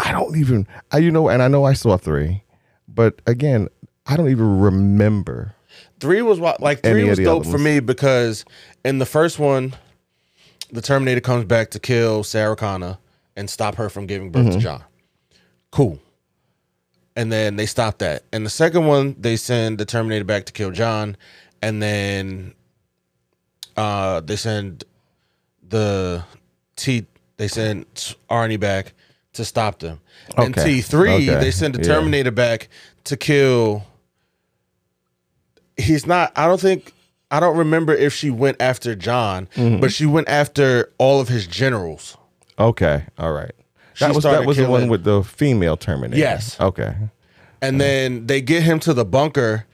I don't even, I, you know, and I know I saw three, but again, I don't even remember. Three was wa- like Any three of was the dope other for me because in the first one, the Terminator comes back to kill Sarah Connor and stop her from giving Mm-hmm. birth to John. Cool. And then they stop that. And the second one, they send the Terminator back to kill John, and then uh, they send the T. They send Arnie back to stop them. And Okay. T three, Okay. they send the Yeah. Terminator back to kill. He's not. I don't think. I don't remember if she went after John, Mm-hmm. but she went after all of his generals. Okay. All right. She That was, started that was the killing- one with the female Terminator. Yes. Okay. Mm-hmm. And then they get him to the bunker,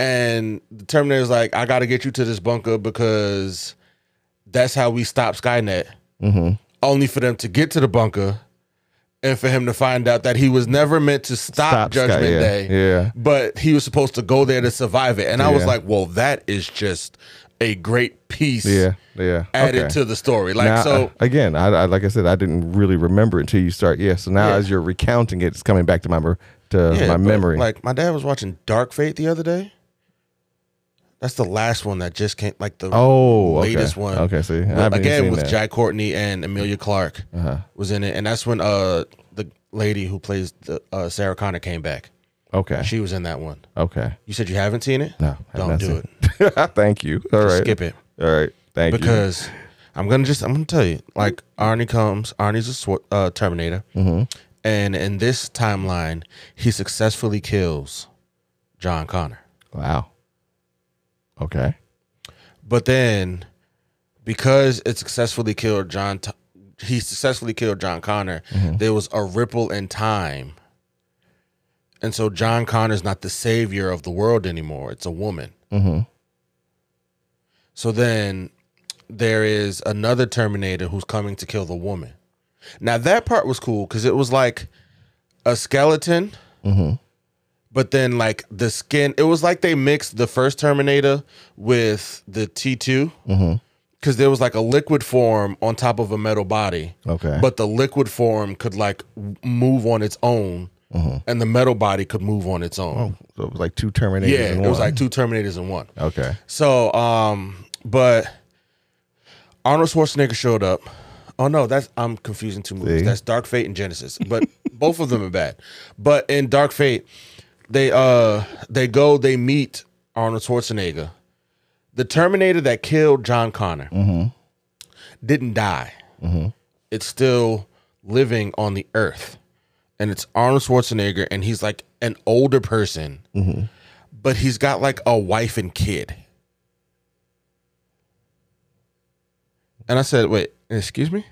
and the Terminator's like, I got to get you to this bunker because that's how we stop Skynet. Mm-hmm. Only for them to get to the bunker and for him to find out that he was never meant to stop, Stop Sky- Judgment yeah, Day, yeah. but he was supposed to go there to survive it. And I was Yeah. like, well, that is just a great piece Yeah. Yeah. added okay. to the story. Like, now, so. uh, again, I, I like I said, I didn't really remember until you start. Yeah. So now, Yeah. as you're recounting it, it's coming back to my mer- to Yeah, my but, memory. Like my dad was watching Dark Fate the other day. That's the last one that just came, like the oh, okay. latest one. Okay. See, I Well, haven't even again seen with that. Uh-huh. Jai Courtney and Amelia Clark was in it, and that's when uh the lady who plays the uh, Sarah Connor came back. Okay. She was in that one. okay. You said you haven't seen it? No, I have don't not do seen it. it. [LAUGHS] Thank you. All right. Skip it All right. Thank you. because I'm gonna just I'm gonna tell you like Arnie comes. Arnie's a sw- uh, Terminator, and in this timeline, he successfully kills John Connor. Wow. Okay. But then, because it successfully killed John, T- he successfully killed John Connor. There was a ripple in time And so John Connor's not the savior of the world anymore. It's a woman. Mm-hmm. So then there is another Terminator who's coming to kill the woman. Now that part was cool because it was like a skeleton, Mm-hmm. but then like the skin. It was like they mixed the first Terminator with the T two Mm-hmm. because there was like a liquid form on top of a metal body, Okay. but the liquid form could like w- move on its own, Mhm. and the metal body could move on its own. Oh, so it was like two Terminators. yeah, in it was one. like two Terminators in one. Okay. So, um, but Arnold Schwarzenegger showed up. Oh no, that's I'm confusing two movies. See? That's Dark Fate and Genesis, but [LAUGHS] both of them are bad. But in Dark Fate, they uh they go they meet Arnold Schwarzenegger, the Terminator that killed John Connor Mm-hmm. didn't die. Mhm. It's still living on the earth. And it's Arnold Schwarzenegger, and he's like an older person, Mhm. but he's got like a wife and kid. And I said, Wait, excuse me?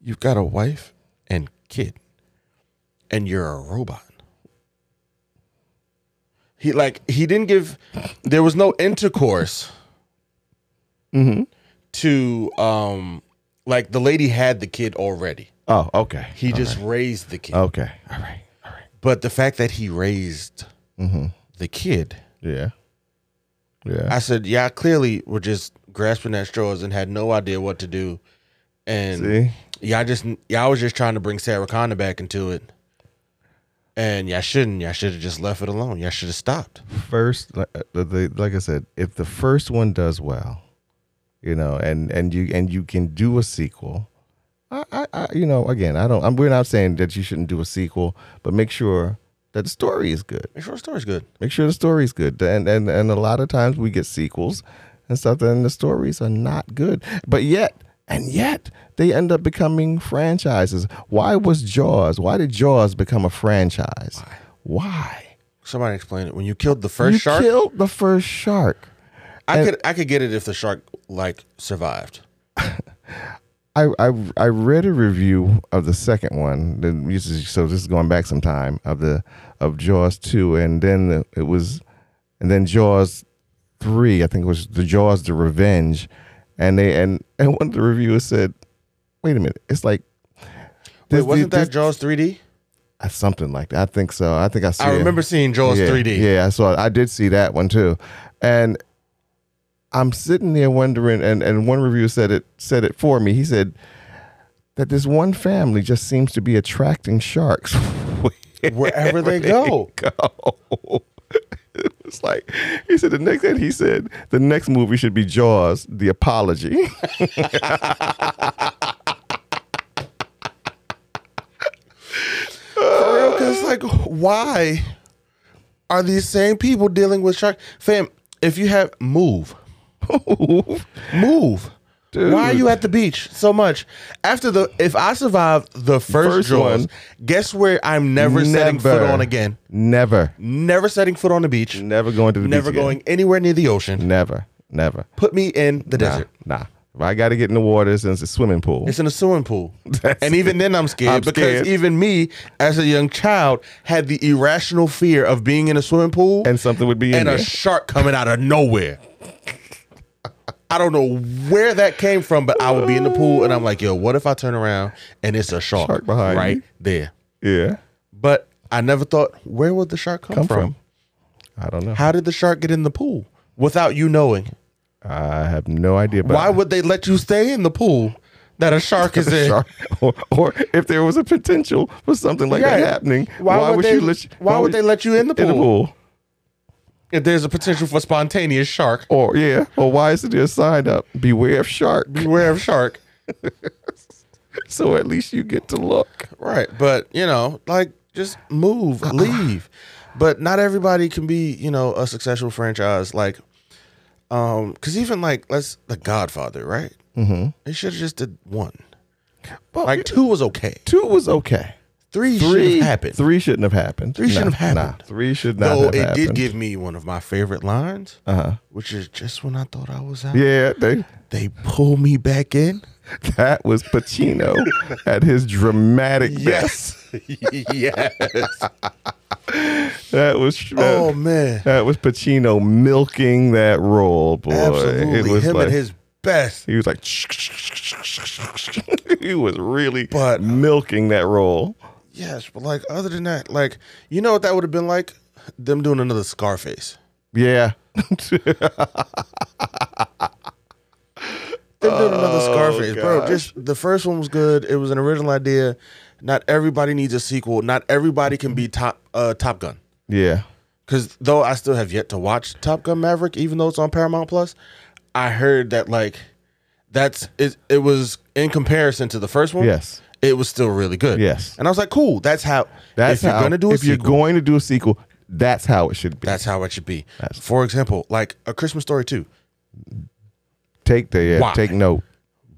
You've got a wife and kid, and you're a robot. He like he didn't give there was no intercourse Mm-hmm. to um like the lady had the kid already. Oh, okay. He just raised the kid. Okay. All right. All right. But the fact that he raised Mm-hmm. the kid, Yeah. Yeah. I said, yeah, I clearly were just grasping at straws and had no idea what to do. And See? y'all just y'all was just trying to bring Sarah Connor back into it. And y'all shouldn't. Y'all should have just left it alone. Y'all should have stopped. First, like, uh, the- the, like I said, if the first one does well, you know, and and you and you can do a sequel, I, I, I you know, again, I don't. I'm, we're not saying that you shouldn't do a sequel, but make sure that the story is good. Make sure the story's good. Make sure the story's good. And and and a lot of times we get sequels and stuff, and the stories are not good. But yet, and yet they end up becoming franchises. Why was Jaws? Why did Jaws become a franchise? Why? Somebody explain it. When you killed the first you shark, killed the first shark. I could I could get it if the shark like survived. I, I I read a review of the second one. Then this is- so this is going back some time of the of Jaws two, and then it was, and then Jaws three. I think it was the Jaws the Revenge, and they and and one of the reviewers said, "Wait a minute, it's like." Wait, this- wasn't this- that Jaws 3D? uh, something like that? I think so. I think I see. I remember seeing Jaws yeah, 3D. Yeah, I saw. I did see that one too, and I'm sitting there wondering. And and one reviewer said it said it for me. He said that this one family just seems to be attracting sharks [LAUGHS] Wherever they go. go. It's like he said. The next and he said the next movie should be Jaws: The Apology. [LAUGHS] For real, because like, why are these same people dealing with shark? Fam, if you have move, move. Why are you at the beach so much? After the, if I survive the first, First Jaws, one. guess where I'm never, setting foot Never. on again. Never, Never setting foot on the beach. never going to the never beach again. going anywhere near the ocean. Never, never. Put me in the desert. Nah, nah. If I got to get in the water since it's a swimming pool. It's in a [LAUGHS] swimming pool. and even then, I'm scared I'm because scared. even me, as a young child, had the irrational fear of being in a swimming pool and something would be in and there. a shark coming out of nowhere. I don't know where that came from, but I would be in the pool and I'm like, yo, what if I turn around and it's a shark, Shark behind right you. there? yeah, But I never thought, where would the shark come, come from? from. I don't know. How did the shark get in the pool without you knowing? I have no idea. But Why would they let you stay in the pool that a shark [LAUGHS] is in? Shark, or, or if there was a potential for something like Yeah. that happening, Why, would, would they, you let you- why, would they let you in the pool, in the pool? if there's a potential for spontaneous shark? [LAUGHS] Or yeah, or why is there a sign up? Beware of shark. Beware of shark. [LAUGHS] So at least you get to look. Right, but you know, like just move, [SIGHS] leave. But not everybody can be, you know, a successful franchise. Like, um, because even like let's The Godfather, right? Mm-hmm. They should have just did one. But Like two was okay. two was okay. Three, Oh, Three should have happened. Three shouldn't have happened. Three shouldn't have Nah, happened. nah, three should not. Though have it happened. did give me one of my favorite lines, Uh-huh. which is just when I thought I was out. Yeah, they, They pull me [LAUGHS] back in. [LAUGHS] that was Pacino at his dramatic best. yes. That was that, Oh man. that was Pacino milking that role, boy. Absolutely. It was Him like, at his best. he was like [LAUGHS] he was really But- milking that role. Yes, but like other than that, like you know what that would have been like? Them doing another Scarface. Yeah. [LAUGHS] Them doing another Scarface, bro. gosh. Just the first one was good. It was an original idea. Not everybody needs a sequel. Not everybody can be top uh, Top Gun. Yeah. Because though I still have yet to watch Top Gun Maverick, even though it's on Paramount Plus, I heard that like that's it. It was in comparison to the first one. Yes. it was still really good. Yes. and I was like, cool. That's how. That's if you're how- gonna do a if sequel, you're going to do a sequel, that's how it should be. that's how it should be. For example, like a Christmas Story two. take the yeah, Why? take note.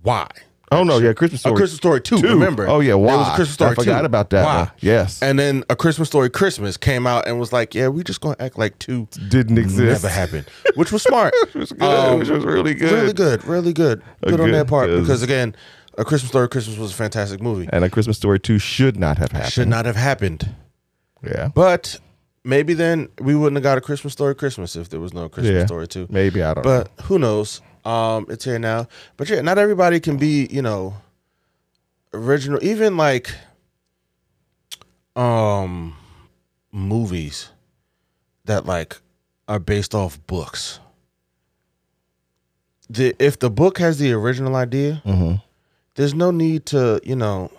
Why? Oh no, yeah, Christmas A story. Christmas Story two. Two. Remember? Oh yeah, There why? was a Christmas Story I forgot 2. about that. Why? one. Yes, And then a Christmas Story Christmas came out and was like, yeah, we just gonna act like two didn't exist. never happened, which [LAUGHS] was smart. It was good. Um, which was really good. Really good, really good. A Good on good- that part yes. because again, A Christmas Story Christmas was a fantastic movie. And a Christmas story two should not have happened. Should not have happened. Yeah. But maybe then we wouldn't have got a Christmas Story Christmas if there was no Christmas Yeah. Story too. Maybe I don't. But who knows? Um, it's here now. But yeah, not everybody can be, you know, original. Even like, um, movies that like are based off books. The if the book has the original idea, know. Mhm. there's no need to you know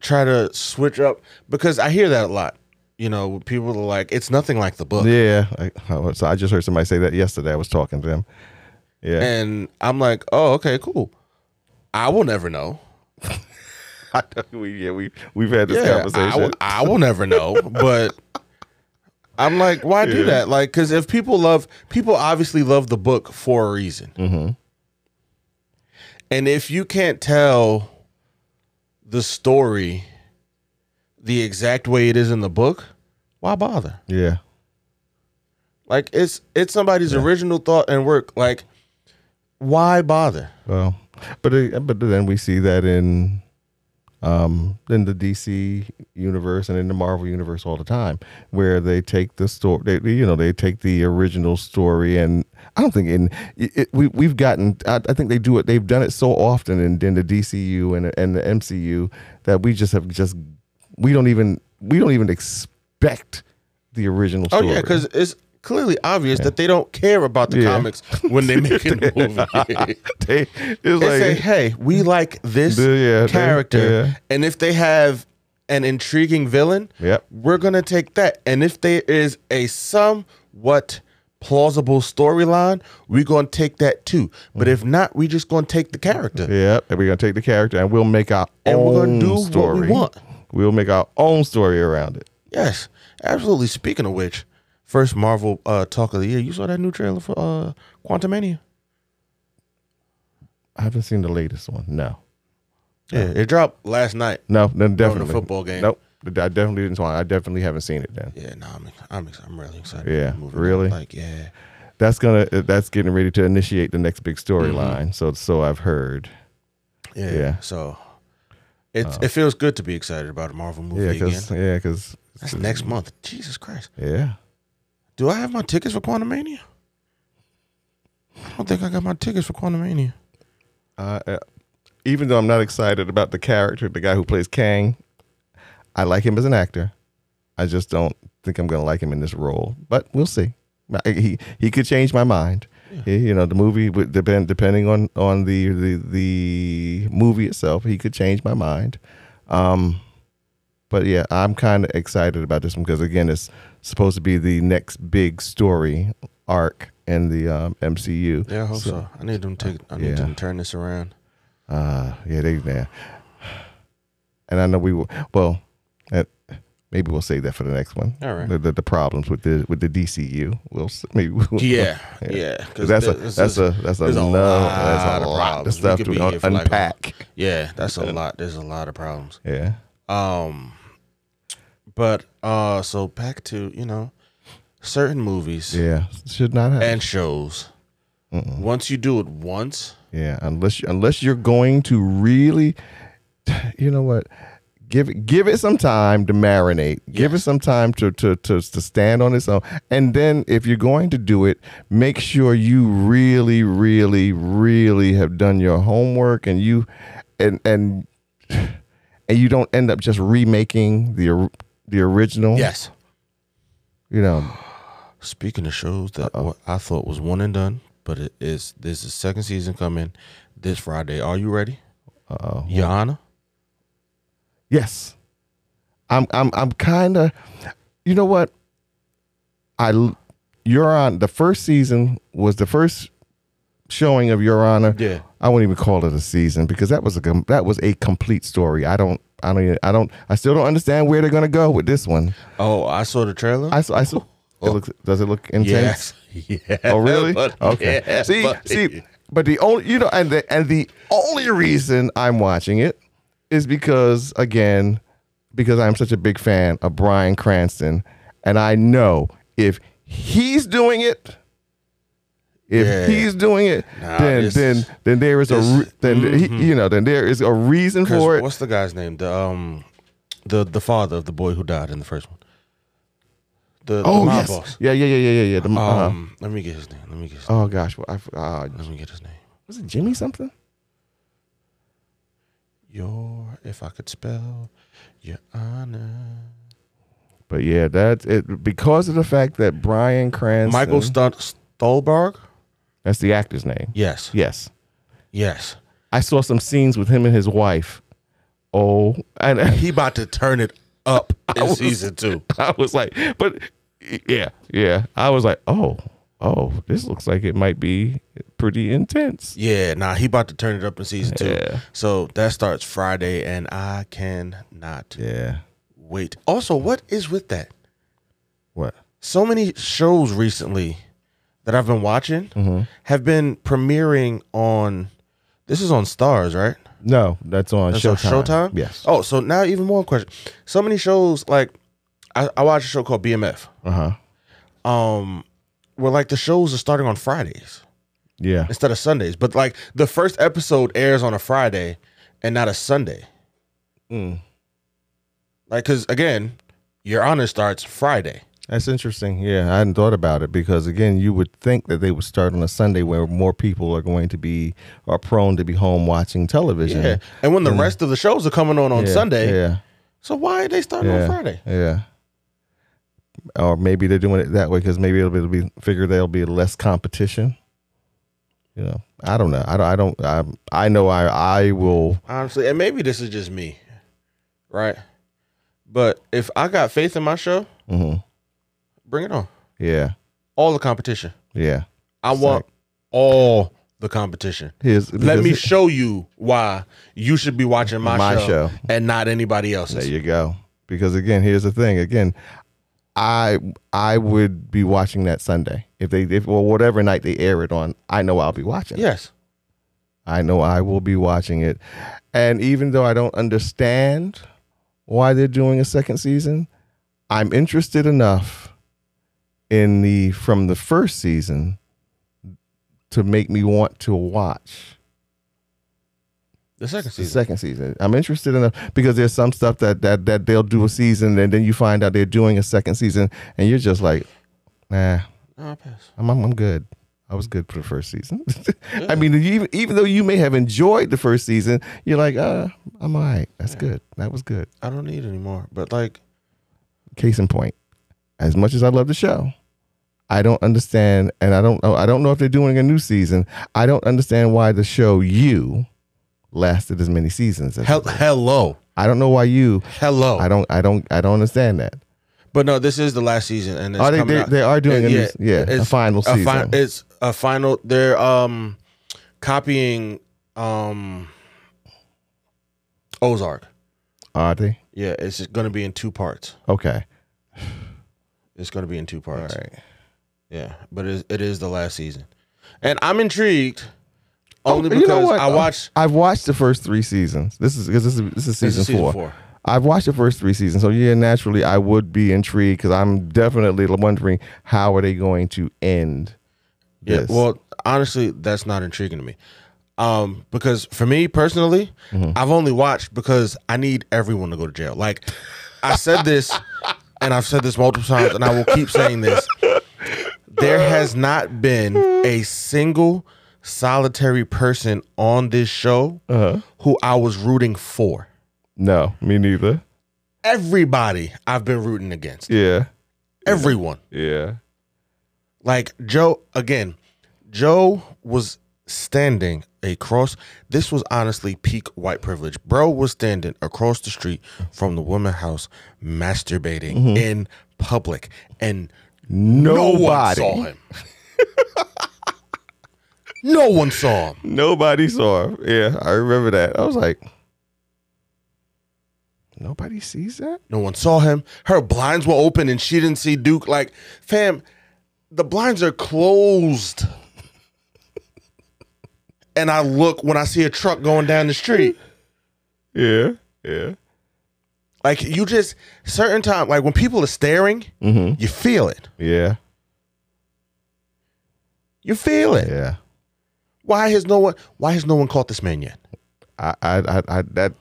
try to switch up because I hear that a lot. You know, people are like, it's nothing like the book. Yeah, I, I was- I just heard somebody say that yesterday. I was talking to them. Yeah, And I'm like, oh, okay, cool. I will never know. [LAUGHS] we, yeah, we we've had this Yeah, I conversation. will, I will [LAUGHS] never know. But I'm like, why do Yeah. that? Like, because if people love, people obviously love the book for a reason. Mhm. And if you can't tell the story the exact way it is in the book, why bother? yeah, Like it's it's somebody's original thought and work. Like, why bother? well, but it, but then we see that in um in the DC universe and in the Marvel universe all the time, where they take the story, they, they, you know, they take the original story, and I don't think in it, it- we we've gotten. I, I think they do it. They've done it so often in, in the DCU and and the MCU that we just have just we don't even we don't even expect the original Oh story. yeah, because it's clearly obvious that they don't care about the Yeah. comics when they make a [LAUGHS] movie. [LAUGHS] [LAUGHS] they it's they like say, "Hey, we like this The- yeah, they- character, yeah. and if they have an intriguing villain, Yep. we're gonna take that. And if there is a somewhat plausible storyline, we're gonna take that too. But if not, we just gonna take the character. Mm-hmm. yeah, and we're gonna take the character and we'll make our And own we're gonna do what we story. want. We'll make our own story around it. Yes, absolutely. Speaking of which, first Marvel uh, talk of the year. You saw that new trailer for uh, Quantumania? I haven't seen the latest one. No, Yeah, it dropped last night. no, then definitely football game. Nope, I definitely didn't. I definitely haven't seen it. Then Yeah, no, I'm I'm, ex- I'm really excited. Yeah, for the movie. really? Like, yeah, Mm-hmm. that's gonna uh, that's getting ready to initiate the next big storyline. So so I've heard. yeah. Yeah. Uh, So it's it feels good to be excited about a Marvel movie Yeah, again. because yeah, because That's next month. Jesus Christ! yeah. Do I have my tickets for Quantumania? I don't think I got my tickets for Quantumania. Uh, uh, even though I'm not excited about the character, the guy who plays Kang, I like him as an actor. I just don't think I'm going to like him in this role, but we'll see. I- He he could change my mind. He- you know, the movie would depend depending on on the the the movie itself. He could change my mind. Um, but yeah, I'm kind of excited about this one because again, it's supposed to be the next big story arc in the um, MCU. Yeah, I hope so. I need them to. I need Yeah. them to turn this around. Uh, yeah, they there. And I know we will. Well, uh, maybe we'll save that for the next one. All right. The, the, the problems with the with the DCU. We'll s- maybe. We'll, [LAUGHS] Yeah, Yeah. yeah. 'cause that's a th- this that's is- a that's a there's a no, lot that's a of lot problems. of stuff We could to be here for like a- unpack. Yeah, that's a lot. There's a lot of problems. yeah. Um, but uh, so back to you know, certain movies Yeah, should not have. and shows. Once you do it once, yeah, unless unless you're going to really, [SIGHS] you know what, give it give it some time to marinate. Give it some time to to to to stand on its own. And then if you're going to do it, make sure you really, really, really have done your homework and you, and and [SIGHS] and you don't end up just remaking the or- the original. yes. you know. Speaking of shows that what I thought was one and done, but it is this is second season coming this Friday. Are you ready, Uh-oh. Your Honor? Yes. I'm I'm I'm kind of you know what? I l- you're on the first season was the first showing of Your Honor. Yeah. I wouldn't even call it a season because that was a com- that was a complete story. I don't I don't even, I don't I still don't understand where they're going to go with this one. Oh, I saw the trailer. I s- I s- it looks, does it look intense? Oh. yes. [LAUGHS] Yeah. Oh really? buddy. okay. Yeah, see, buddy. see, but the only you know, and the and the only reason I'm watching it is because again, because I'm such a big fan of Brian Cranston, and I know if he's doing it, if Yeah. he's doing it, Nah, then this- then then there is a this- re- then he, you know then there is a reason 'Cause for it. What's the guy's name? The um, the the father of the boy who died in the first one. The, the Oh mob yes, boss. yeah, yeah, yeah, yeah, yeah. yeah. The, m- uh-huh. Um, let me get his name. Let me get his. Oh gosh, well, I, f- uh, Let me get his name. was it Jimmy something? Your, if I could spell, your honor. But yeah, that's it because of the fact that Brian Cranston Michael Stunt Stolberg. That's the actor's name. Yes. Yes. Yes. I saw some scenes with him and his wife. Oh, and [LAUGHS] He about to turn it [LAUGHS] up in season two. I was like, but yeah, yeah. I was like, oh, oh, this looks like it might be pretty intense. Yeah, nah, he about to turn it up in season two. Yeah. So that starts Friday, and I cannot Yeah. wait. Also, what is with that? What? so many shows recently that I've been watching have been premiering on. This is on Stars, right? No, that's on That's on Showtime. Showtime. Yes. Oh, so now even more question. So many shows like I, I watch a show called BMF. Uh huh. Um, where like the shows are starting on Fridays Yeah. instead of Sundays, but like the first episode airs on a Friday and not a Sunday. Mm. Like, cause again, Your Honor starts Friday. That's interesting. Yeah, I hadn't thought about it because again, you would think that they would start on a Sunday where more people are going to be are prone to be home watching television. Yeah, and when the rest of the shows are coming on on Yeah, Sunday, Yeah. so why are they starting on Friday? Yeah. Or maybe they're doing it that way because maybe it'll be, it'll be figure there'll be less competition. You know, I don't know. I don't. I don't. I, I know. I I will. honestly, and maybe this is just me, right? But if I got faith in my show, mhm. bring it on. Yeah. All the competition. Yeah. I want all the competition. Here's, Let because- me show you why you should be watching my, My show, show. and not anybody There else's. you go. Because again, here's the thing. Again, I I would be watching that Sunday if they if or whatever night they air it on. I know I'll be watching. it. Yes. I know I will be watching it. And even though I don't understand why they're doing a second season, I'm interested enough in the from the first season to make me want to watch The second the season. second season. I'm interested enough because there's some stuff that that that they'll do a season and then you find out they're doing a second season and you're just like, nah, No, Oh, I pass. I'm, I'm I'm good. I was good for the first season. [LAUGHS] I mean, even even though you may have enjoyed the first season, you're like, uh, I'm all right. That's good. That was good. I don't need anymore. But like, Case in point, as much as I love the show, I don't understand, and I don't know. I don't know if they're doing a new season. I don't understand why the show you lasted as many seasons. As hel- hello, I don't know why you. hello. I don't. I don't. I don't understand that. but no, this is the last season, and it's Are Oh, they? coming They, out. they are doing a new, Yeah, s- yeah, a it's final a season. fi- it's a final. They're um copying um Ozark. are they? Yeah, it's going to be in two parts. Okay. It's going to be in two All parts. right. Yeah, but it is, it is the last season, and I'm intrigued Oh, only you know because what? Oh, I watched I've watched the first three seasons. This is because this is this is this season, is season four. four. I've watched the first three seasons, so yeah, naturally I would be intrigued because I'm definitely wondering how are they going to end. Yeah. This. Well, honestly, that's not intriguing to me. Um, because for me personally, Mm-hmm. I've only watched because I need everyone to go to jail. Like I [LAUGHS] said this, and I've said this multiple times, and I will keep saying this. There has not been a single solitary person on this show who I was rooting for. no, me neither. Everybody I've been rooting against. Yeah, Everyone. yeah, Like Joe again, Joe was standing across. This was honestly peak white privilege. Bro was standing across the street from the woman house, masturbating in public, and no one Nobody. saw him. no one saw him. nobody saw. Her. Yeah, I remember that. I was like, nobody sees that. No one saw him. Her blinds were open, and she didn't see Duke. Like, fam, the blinds are closed. And I look when I see a truck going down the street. Yeah, yeah, Like you just certain time, like when people are staring, Mm-hmm. you feel it. yeah, You feel it. yeah. Why has no one? Why has no one caught this man yet? I, I, I, I that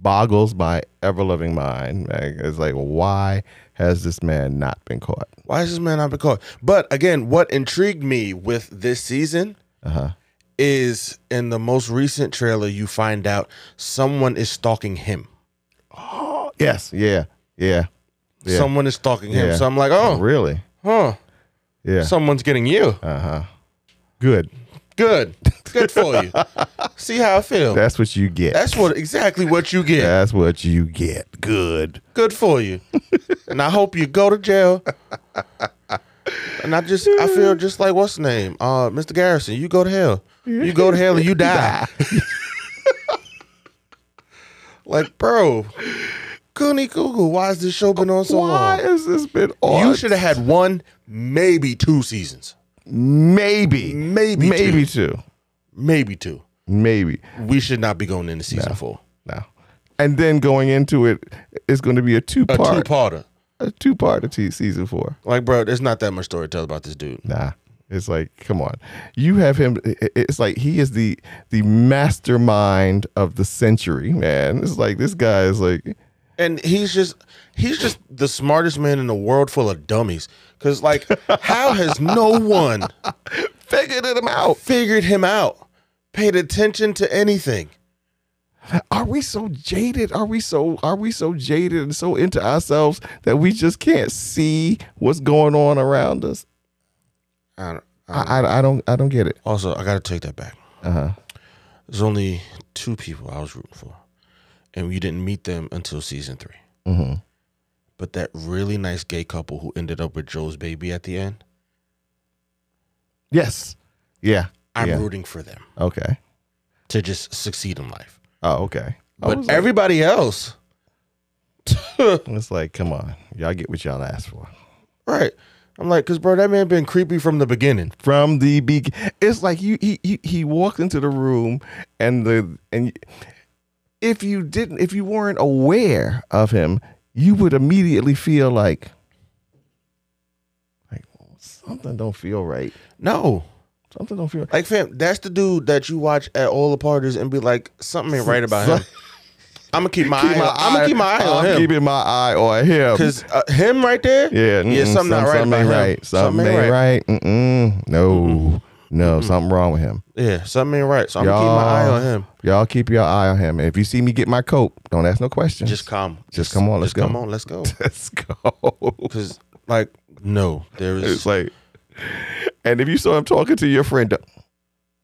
boggles my ever loving mind. Like, It's like, why has this man not been caught? Why has this man not been caught? But again, what intrigued me with this season is in the most recent trailer, you find out someone is stalking him. Uh-huh. [GASPS] Yes. Yeah. Yeah. Yeah. Someone is stalking him. Yeah. So I'm like, oh, Really? huh, Yeah. someone's getting you. uh huh. Good. Good, good [LAUGHS] for you. See how I feel. That's what you get. That's what exactly what you get. That's what you get. Good. good for [LAUGHS] you. and I hope you go to jail. And I just I feel just like what's the name? Uh Mr. Garrison, you go to hell. You go to hell and [LAUGHS] you die. like, bro, Cooney Google, why has this show been on so Why long? has this been on? You should have had one, maybe two seasons. maybe, Maybe maybe two, Maybe two. maybe We should not be going into season four. no. And then going into it, it's going to be a two A part, two-parter. a two part of t- season four. Like, bro, there's not that much story to tell about this dude. Nah. It's like, come on. You have him i- i- it's like he is the the mastermind of the century, man. It's like this guy is like and he's just he's just the smartest man in the world full of dummies [LAUGHS] because like how has no one figured him out. figured him out paid attention to anything Are we so jaded? Are we so are we so jaded and so into ourselves that we just can't see what's going on around us? I don't, I I- I, I don't I don't get it. also i gotta take that back Uh-huh. there's only two people i was rooting for and we didn't meet them until season 3 Mhm. but that really nice gay couple who ended up with joe's baby at the end Yes. Yeah. i'm yeah. rooting for them Okay. to just succeed in life Oh, okay. I but was like- everybody else it's like, come on. Y'all get what y'all asked for. right i'm like because bro that man been creepy from the beginning from the beg It's like you he, he he walked into the room and the and if you didn't if you weren't aware of him, you would immediately feel like like something don't feel right. no Something don't feel right. Like, fam, that's the dude that you watch at all the parties and be like, something ain't right about [LAUGHS] him. I'm gonna keep my eye. on, I'm gonna keep my eye on I'm him keeping my eye on him. because uh, him right there. Yeah, yeah, mm-mm, something not right something about ain't him. right. Something, ain't right. Mm-mm. No, no, something wrong with him. Yeah, something ain't right. So I'm gonna keep my eye Y'all- on him. Y'all keep your eye on him. If you see me get my coat, don't ask no questions. Just come. Just come on, let's just Come go. on, let's go. [LAUGHS] Let's go. Because like, no, there It's is. like, and if you saw him talking to your friend,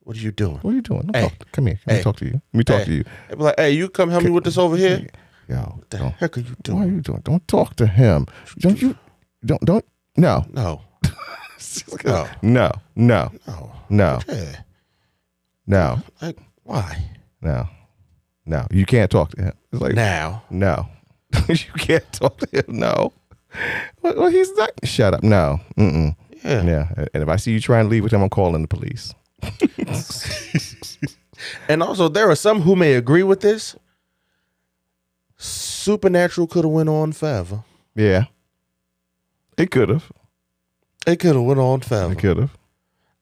What are you doing? what are you doing? Don't Hey. talk- Come here. Let me Hey. talk to you. Let me talk Hey. to you. They be like, hey, you come help me with this over here. Yo, The don't, heck are you what are doing? you doing? Don't talk to him. Don't you? Don't don't. No. [LAUGHS] No, no. No. No. no, No. yeah. No. Like, why No. No. You can't talk to him. It's like now? no. [LAUGHS] you can't talk to him. No. Well, well, he's not. Shut up. No. Mm-mm. Yeah. Yeah. And if I see you trying to leave with him, I'm calling the police. And also, there are some who may agree with this. Supernatural could have went on forever. Yeah. It could have. It could have went on forever. It could have.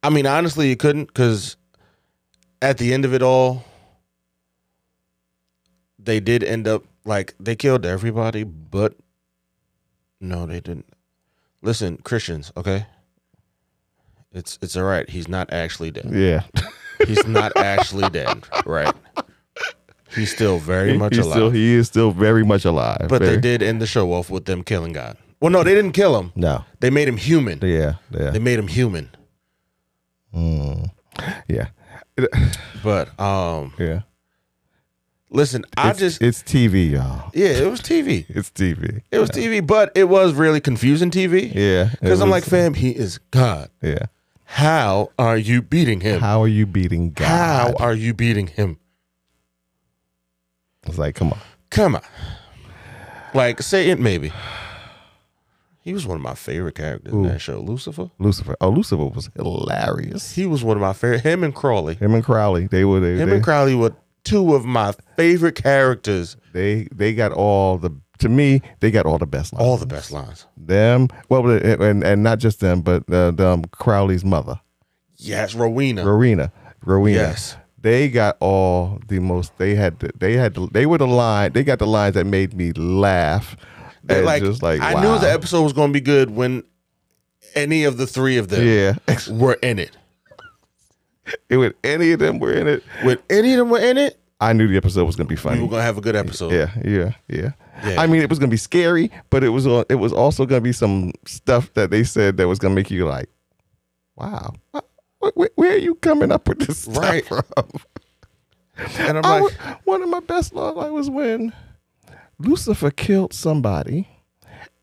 I mean, honestly, it couldn't because at the end of it all, they did end up like they killed everybody, but no, they didn't. Listen, Christians, okay? It's it's all right. He's not actually dead. Yeah. [LAUGHS] He's not actually dead, right? He's still very much He's alive. still he is still very much alive. but very, they did end the show off with them killing God. Well, no, they didn't kill him. No. They made him human. Yeah. Yeah. They made him human. Mm. Yeah. But um Yeah. listen, I it's, just it's TV, y'all. yeah, it was TV. It's TV. It was TV, but it was really confusing TV. Yeah. it Because I'm was- like, fam, he is God. yeah. How are you beating him? How are you beating God? How are you beating him? It's like, come on. Come on. Like, say it maybe. He was one of my favorite characters in that show. Lucifer. Lucifer. Oh, Lucifer was hilarious. He was one of my favorite. Him and Crawley. Him and Crowley, they were they Him they, and Crowley were two of my favorite characters. they they got all the to me, they got all the best lines. All the best lines. them, well and and not just them, but uh, the, um, Crowley's mother. Yes, Rowena. Rowena, Rowena. Yes. They got all the most. They had. The, they had. The, they were the line. They got the lines that made me laugh. They're and like, just like I wow. knew the episode was going to be good when any of the three of them Yeah, [LAUGHS] were in it. it would. Any of them were in it. When any of them were in it, I knew the episode was gonna be we funny. were going to have a good episode. yeah, yeah, yeah, Yeah. I mean, it was gonna be scary, but it was. al- It was also gonna be some stuff that they said that was gonna make you like, wow, wh- wh- where are you coming up with this stuff Right. from? And I'm I like, wa- one of my best love I was when Lucifer killed somebody,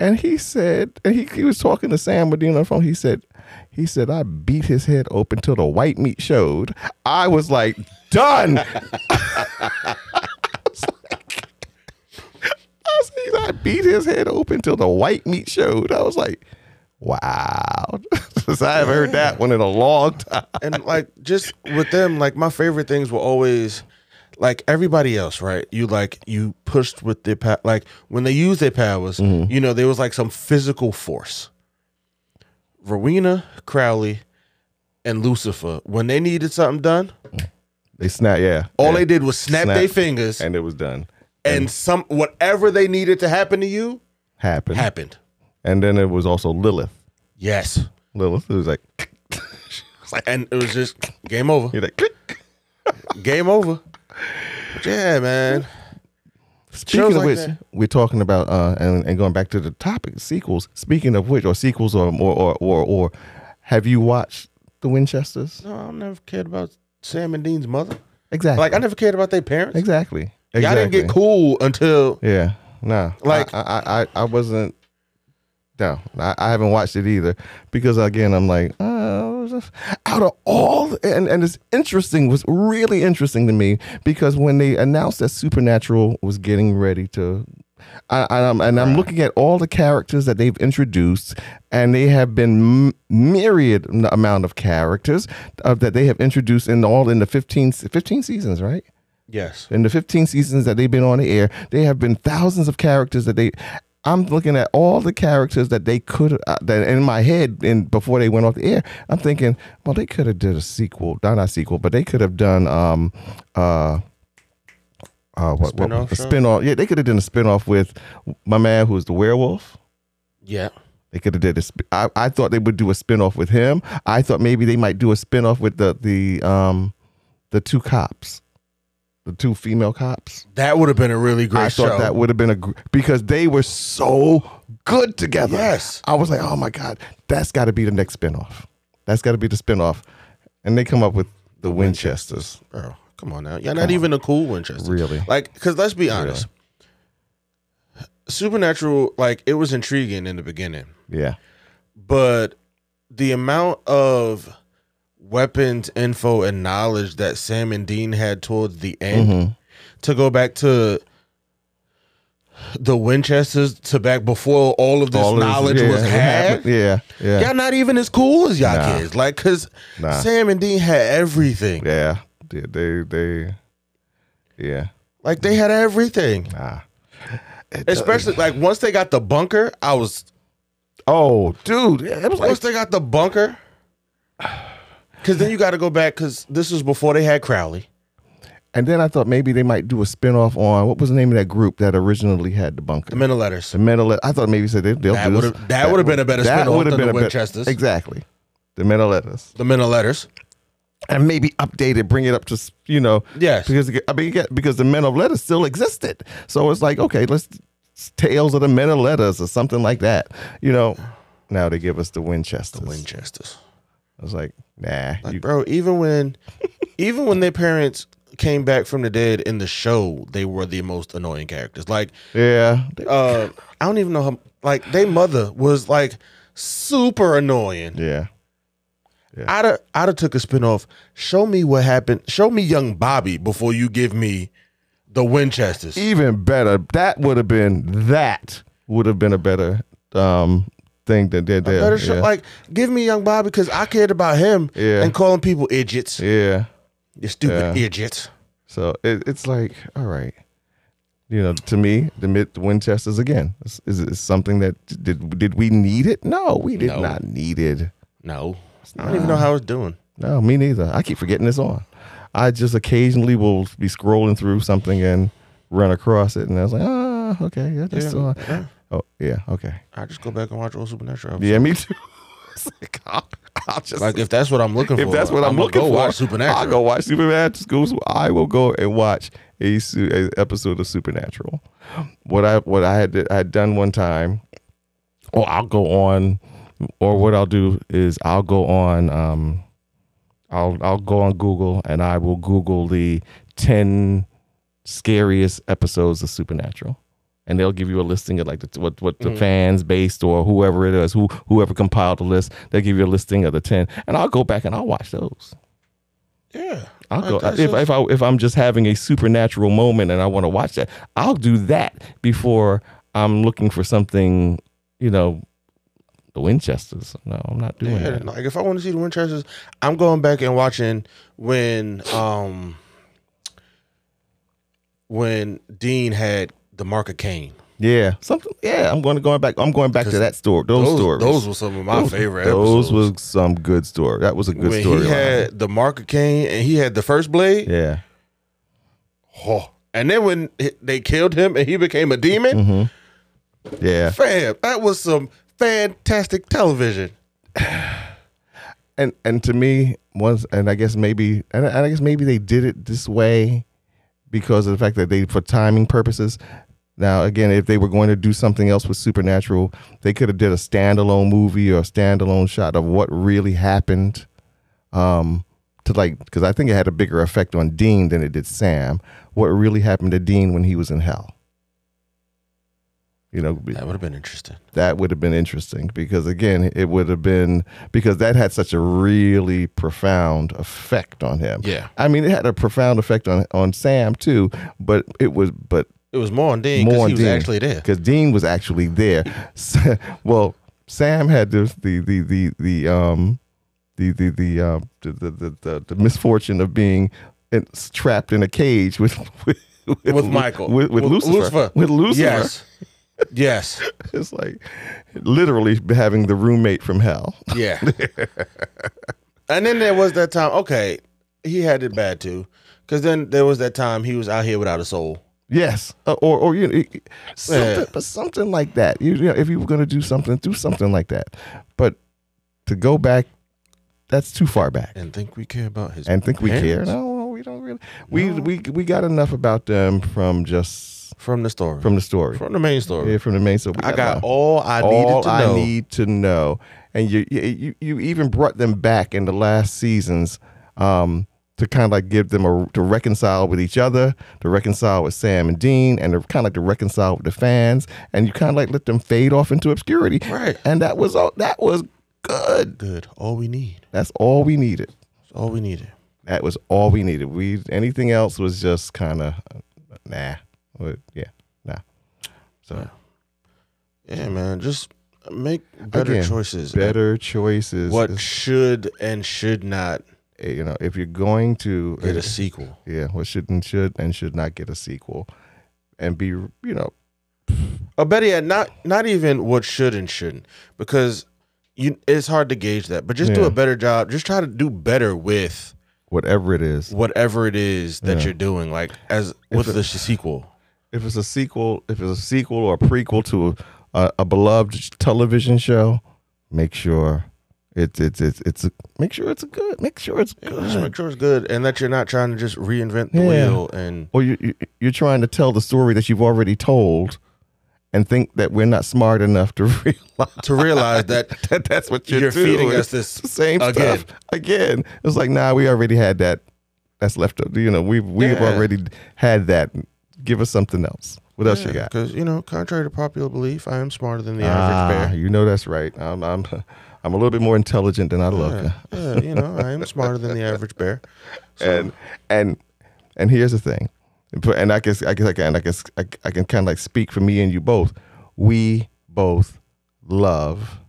and he said, and he, he was talking to Sam Medina on the phone. He said, he said, I beat his head open till the white meat showed. I was like, done. [LAUGHS] I was like- I said, I beat his head open till the white meat showed. I was like, wow. [LAUGHS] 'Cause I haven't heard that one in a long time. and like just with them, like my favorite things were always like everybody else, right? You like you pushed with their power. Like when they used their powers, Mm-hmm. you know, there was like some physical force. Rowena Crowley and Lucifer, when they needed something done, They snap, yeah. all yeah. they did was snap, Snap. their fingers, and, and it was done. some whatever they needed to happen to you Happened. happened. And then it was also Lilith. Yes, Lilith it was like, [LAUGHS] and it was just game over. you're like, click. Game over. But yeah, man. Speaking Shows of like which, that. we're talking about uh, and, and going back to the topic sequels. Speaking of which, or sequels, or or or or, or have you watched the Winchesters? No, I never cared about Sam and Dean's mother. Exactly. Like I never cared about their parents. exactly. Exactly. Y'all didn't get cool until Yeah. No. Like- I I I, I wasn't. No, I, I haven't watched it either because again, I'm like, uh, out of all, and and it's interesting. Was really interesting to me because when they announced that Supernatural was getting ready to, I, I, am and I'm looking at all the characters that they've introduced, and they have been m- myriad n- amount of characters uh, that they have introduced in all in the 15, 15 seasons, right? yes, in the 15 seasons that they've been on the air, they have been thousands of characters that they. I'm looking at all the characters that they could uh, that in my head and before they went off the air, I'm thinking, well, they could have did a sequel, not a sequel, but they could have done um uh. Uh, what, what Spin-off a show? spin-off yeah they could have done a spin-off with my man who's the werewolf yeah. they could have did a sp- I, I thought they would do a spin-off with him i thought maybe they might do a spin-off with the the um the two cops the two female cops That would have been a really great I show. thought that would have been a gr- because they were so good together. Yes. I was like, oh my god, that's got to be the next spinoff. That's got to be the spinoff, and they come up with the Winchesters. Bro, come on now. Y'all not even a cool Winchester. Really? Like, because let's be honest. Supernatural, like, it was intriguing in the beginning, Yeah, but the amount of weapons, info, and knowledge that Sam and Dean had towards the end Mm-hmm. to go back to the Winchesters to back before all of this All of this- knowledge yeah, was it had. happened. [LAUGHS] Yeah, yeah, Y'all not even as cool as y'all Nah. kids. Like, because Nah. Sam and Dean had everything. yeah. They, they, they yeah. Ah. Like, they had everything. Nah. Especially like once they got the bunker, I was Oh, dude, yeah, it was like once they got the bunker. Cause then you got to go back because this was before they had Crowley. And then I thought maybe they might do a spinoff on what was the name of that group that originally had the bunker? The Men of Letters. The Metal. I thought maybe said they, they'll That do would've- this- that would've been a better that spin-off would've than the a bet- Winchesters. Exactly, the Metal Letters, The Men of Letters. and maybe update it, bring it up to s- you know, Yes. because I mean, yeah, because the Men of Letters still existed, so it's like okay, let's Tales of the Men of Letters or something like that, you know. Now they give us the Winchesters. Winchesters. I was like, nah, you- Bro, even when [LAUGHS] even when their parents came back from the dead in the show, they were the most annoying characters. Like yeah, uh I don't even know how like their mother was like super annoying. yeah. I'd have, I'd have took a spinoff. Show me what happened. Show me young Bobby before you give me the Winchesters. even better. That would have been that would have been a better um thing than did there. Better show, yeah. like give me young Bobby because I cared about him Yeah. and calling people idiots. yeah. You stupid idiots. So it, it's like, all right. You know, to me, the mid the Winchesters again is, is, is something that did did we need it? No, we did No. not need it. No. I don't even know how it's doing. No, me neither. I keep forgetting this on. I just occasionally will be scrolling through something and run across it, and I was like, ah, okay, yeah, that's still on. Oh, yeah, okay, I just go back and watch old Supernatural. yeah, me too. [LAUGHS] It's like, I'll, I'll just Like if that's what I'm looking if for, that's what I'm, I'ma looking go for, watch Supernatural. I'll go watch Supernatural. I will go and watch a, su- a episode of Supernatural. What I what I had I had done one time, or I'll go on, or what I'll do is I'll go on. Um, I'll I'll go on Google and I will Google the ten scariest episodes of Supernatural. And they'll give you a listing of like the, what what Mm. the fans based or whoever it is, who whoever compiled the list. They'll give you a listing of the ten, and I'll go back and I'll watch those. yeah, I'll Like, go that's if just- if I if I'm just having a supernatural moment and I want to watch that, I'll do that before I'm looking for something, you know, the Winchesters. No, I'm not doing yeah, that. like if I want to see the Winchesters, I'm going back and watching when um when Dean had the mark of Cain. Yeah, something. Yeah, I'm going to going back. I'm going back to Because that story. Those, Those stories. those were some of my Those- favorite. Those episodes. was some good story. That was a good when story. he had the mark of Cain and he had the first blade. yeah. Oh. And then when h- they killed him and he became a demon, Yeah. fam, that was some fantastic television. and and to me once and i guess maybe and I, and I guess maybe they did it this way because of the fact that they for timing purposes now again if they were going to do something else with supernatural they could have did a standalone movie or a standalone shot of what really happened um to like because i think it had a bigger effect on dean than it did sam what really happened to dean when he was in hell you know be- That would have been interesting. that would have been interesting because again it would have been because that had such a really profound effect on him Yeah. i mean it had a profound effect on on sam too but it was but It was more on Dean More because on he was Dean. actually there. because dean was actually there Sa- [LAUGHS] well sam had this, the the the the um the the the uh, the, the, the, the the misfortune of being in, trapped in a cage with [LAUGHS] with, With Michael. with, with With Lucifer. Lucifer. with Lucifer Yes. yes. [LAUGHS] it's like literally having the roommate from hell [LAUGHS] Yeah. and then there was that time, okay, he had it bad too. Cause then there was that time he was out here without a soul. Yes, Uh, or or you know, it- something, Yeah. but something like that. You, you know, if you were going to do something, do something like that. But to go back, that's too far back. And think we care about his And think we care? parents No, we don't really. We we we got enough about them from just From the story. From, from the story, the main story. yeah, from the main. So we I got enough. all I all needed to I know. need to know. And you, you you you even brought them back in the last seasons um, to kind of like give them a to reconcile with each other, to reconcile with Sam and Dean, and to kind of like to reconcile with the fans. And you kind of like let them fade off into obscurity. Right. And that was all. That was good. Good. All we need. That's all we needed. That's all we needed. That was all we needed. We anything else was just kind of nah. Well, Yeah, nah. So Yeah, man. Just make better Again, choices. better choices. What is- eh, should and should not you know if you're going to get a sequel. yeah, what should and should and should not get a sequel, and be you know Or better yet, not not even what should and shouldn't, because you it's hard to gauge that. But just do Yeah. a better job. Just try to do better with whatever it is. whatever it is that Yeah. you're doing. Like as with it- the sh- sequel. If it's a sequel, if it's a sequel or a prequel to a, a beloved television show, make sure it's it's it's it's make sure it's good. Make sure it's Just good. make sure it's good, and that you're not trying to just reinvent the Yeah. wheel. And Or you, you you're trying to tell the story that you've already told, and think that we're not smart enough to [LAUGHS] realize to realize [LAUGHS] that that that's what you're, you're doing. feeding us this It's the same again. stuff again. It's like, nah, we already had that. That's left. You know, we've we've Yeah. already had that. Give us something else. [LAUGHS] What else you got? because you know, contrary to popular belief, I am smarter than the Ah, average bear. you know that's right. I'm I'm I'm a little bit more intelligent than I look. Yeah, you know, I am smarter than the average bear. and and and here's the thing, But- and I guess I guess I can I guess I, I can kind of like speak for me and you both. We both love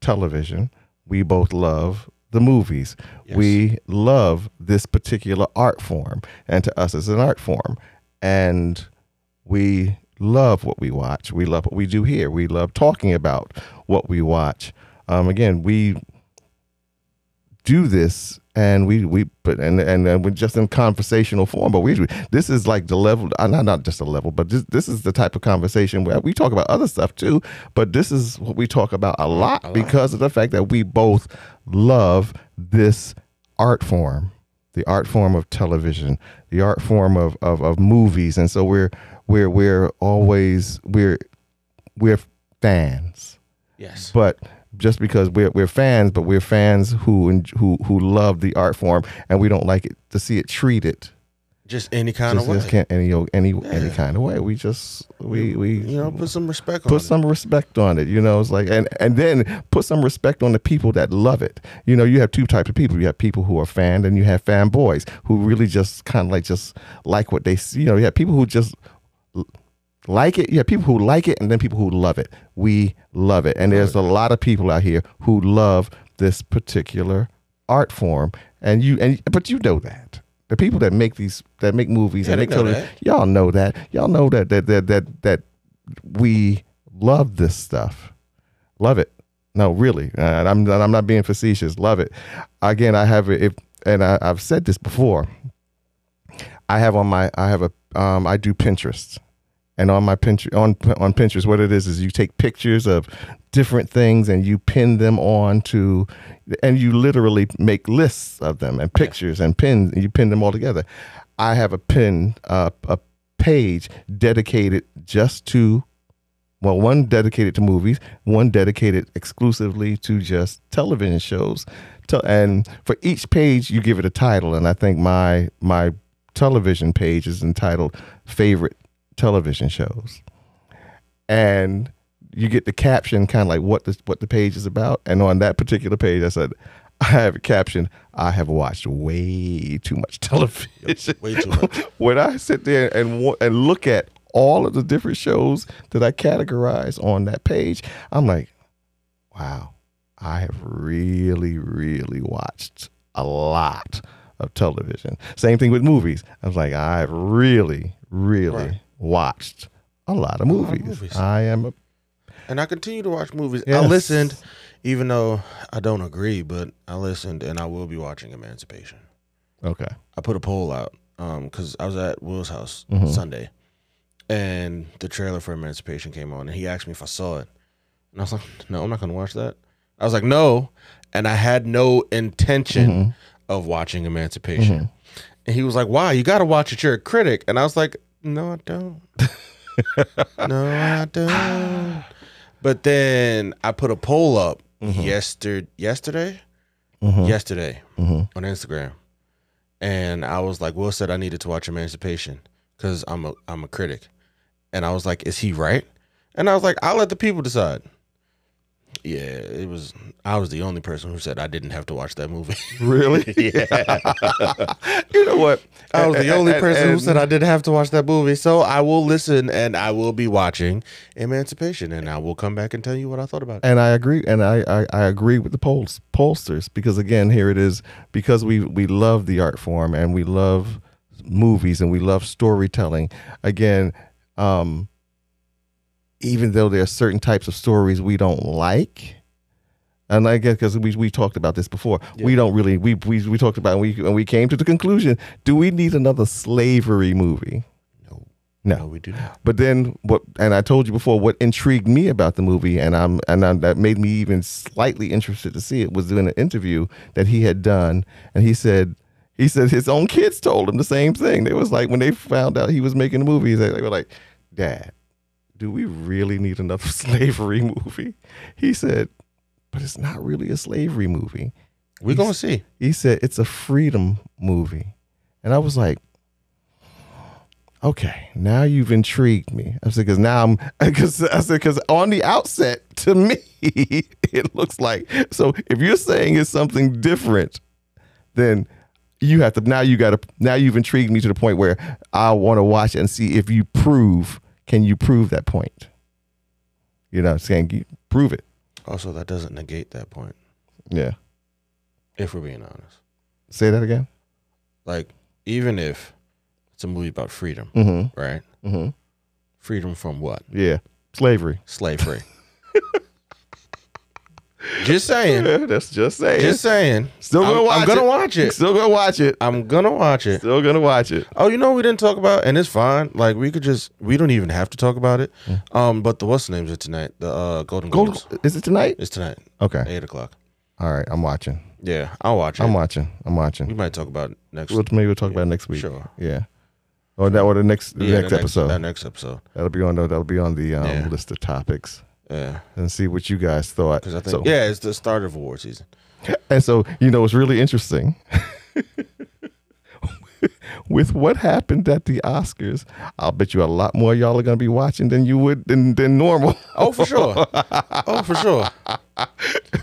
television. We both love the movies. We love this particular art form, and to us, it's an art form, and we love what we watch. We love what we do here. We love talking about what we watch. Um, again, we do this and we we but and and uh, we're just in conversational form but we this is like the level uh, not not just a level but this this is the type of conversation where we talk about other stuff too but this is what we talk about Mm, a lot, because of the fact that we both love this art form the art form of television the art form of of, of movies and so we're we're we're always we're we're fans Yes. but just because we're we're fans, but we're fans who en- who who love the art form, and we don't like it to see it treated Just any kind just, of way. just can't any any any kind of way. We just we we you know, put some respect on put some respect on it. You know, it's like and and then put some respect on the people that love it. You know, you have two types of people. You have people who are fan, and you have fanboys who really just kind of like just like what they see. You know, you have people who just l- like it. You have people who like it, and then people who love it. We love it, and there's a lot of people out here who love this particular art form. And you and but you know that. The people that make these, that make movies, Yeah, and they they know tell that. y'all know that, y'all know that that that that that we love this stuff. Love it. No, really. Uh, and I'm and I'm not being facetious. Love it. Again, I have it. If, and I, I've said this before. I have on my I have a um, I do Pinterest, and on my Pinterest on on Pinterest, what it is is you take pictures of different things and you pin them on to, and you literally make lists of them and pictures and pins. And you pin them all together. I have a pin uh, a page dedicated just to well, one dedicated to movies, one dedicated exclusively to just television shows. Te- And for each page, you give it a title. And I think my my television page is entitled "Favorite Television Shows," and you get the caption kind of like what the what the page is about. And on that particular page, I said. I have a caption. I have watched way too much [LAUGHS] television it. Way [LAUGHS] too much. when I sit there and wa- and look at all of the different shows that I categorize on that page, I'm like, wow, I have really, really watched a lot of television. Same thing with movies. I was like, I've really, really Right. watched a lot of of movies. movies. I am a And I continue to watch movies. I Yes. listened, even though I don't agree, but I listened, and I will be watching Emancipation. okay. I put a poll out because I was at Will's house Sunday, and the trailer for Emancipation came on, and he asked me if I saw it, and I was like, "No, I'm not gonna watch that." I was like, "No," and I had no intention of watching Emancipation, and he was like, "Why? You gotta watch it. You're a critic," and I was like, "No, I don't. no, I don't." But then I put a poll up yester yesterday, yesterday Mm-hmm. on Instagram and I was like, Will said I needed to watch Emancipation because I'm a I'm a critic, and I was like, is he right? And I was like, I'll let the people decide. Yeah, it was. I was the only person who said I didn't have to watch that movie. [LAUGHS] Really? you know what? I was the only And- person who and- said I didn't have to watch that movie, so I will listen and I will be watching Emancipation, and I will come back and tell you what I thought about it. and I agree, and I, I, I agree with the polls, pollsters because again, here it is because we we love the art form and we love movies and we love storytelling. Again, um, even though there are certain types of stories we don't like. And I guess because we, we talked about this before, we don't really we, we we talked about it and we and we came to the conclusion: Do we need another slavery movie? No, No, we do not. But then what? And I told you before what intrigued me about the movie, and I'm and i that made me even slightly interested to see it was in an interview that he had done, and he said he said his own kids told him the same thing. They was like when they found out he was making the movie, they, they were like, "Dad, do we really need another [LAUGHS] slavery movie?" He said, "But it's not really a slavery movie." We're gonna see. he said it's a freedom movie and i was like okay now you've intrigued me i said because now i'm [LAUGHS] because i said because on the outset to me [LAUGHS] it looks like so if you're saying it's something different then you have to now you gotta now you've intrigued me to the point where i want to watch and see if you prove can you prove that point you know what i'm saying you prove it Also, that doesn't negate that point. yeah If we're being honest, say that again like even if it's a movie about freedom, mm-hmm right? mm-hmm Freedom from what? yeah slavery [LAUGHS] Slavery. just saying. Yeah, [LAUGHS] that's just saying. Just saying. Still gonna I'm, watch I'm gonna it. watch it. Still gonna watch it. I'm gonna [LAUGHS] watch it. Still gonna watch it. Oh, you know what we didn't talk about, and it's fine. Like we could just we don't even have to talk about it. Um, but the what's the names of tonight? The uh, Golden Golden Globes. is it tonight? It's tonight, Okay. eight o'clock. All right. I'm watching. Yeah, I'll watch it. I'm watching. I'm we watching. might talk about it next. We'll, maybe we'll talk about it next week. Sure. Yeah. Or that or the next the Yeah, next the episode. That next episode. that'll be on the that'll be on the um, Yeah. list of topics Yeah, and see what you guys thought. because I think so, yeah, it's the start of award season. And so you know it's really interesting. [LAUGHS] With what happened at the Oscars, I'll bet you a lot more y'all are gonna be watching than you would than, than normal. [LAUGHS] Oh, for sure. oh, for sure.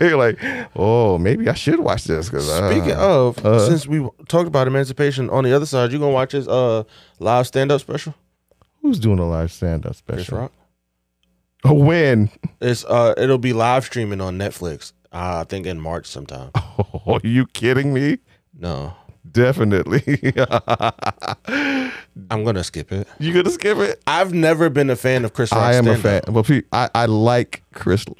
[LAUGHS] You're like, oh, maybe I should watch this uh, because Speaking of, since we talked about emancipation, on the other side, you gonna watch his uh live stand up special? Who's doing a live stand up Chris special? Rock. Oh, when? It's uh, it'll be live streaming on Netflix. Uh, I think in March sometime. Oh, [LAUGHS] are you kidding me? No, Definitely. [LAUGHS] I'm gonna skip it. you gonna skip it? I've never been a fan of Chris Rock. I am a stand-up. fan. Well, pe- I, I like Chris. [SIGHS]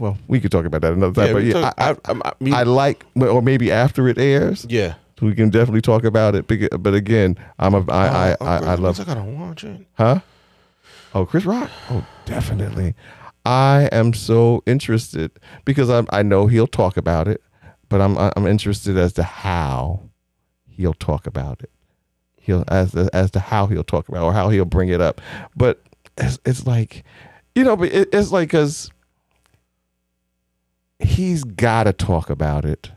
Well, we could talk about that another time, Yeah, but we yeah, talk- I, I, I'm- I mean, I like, or maybe after it airs, yeah. we can definitely talk about it. beca- But again, I'm a, I, I, I, I love Oh, I gotta watch it. Huh? Oh, Chris Rock? Oh, definitely. I am so interested because I'm, I know he'll talk about it, but I'm I'm interested as to how he'll talk about it. He'll as the, as to how he'll talk about it or how he'll bring it up. But it's, it's like, you know, but it, it's like because he's got to talk about it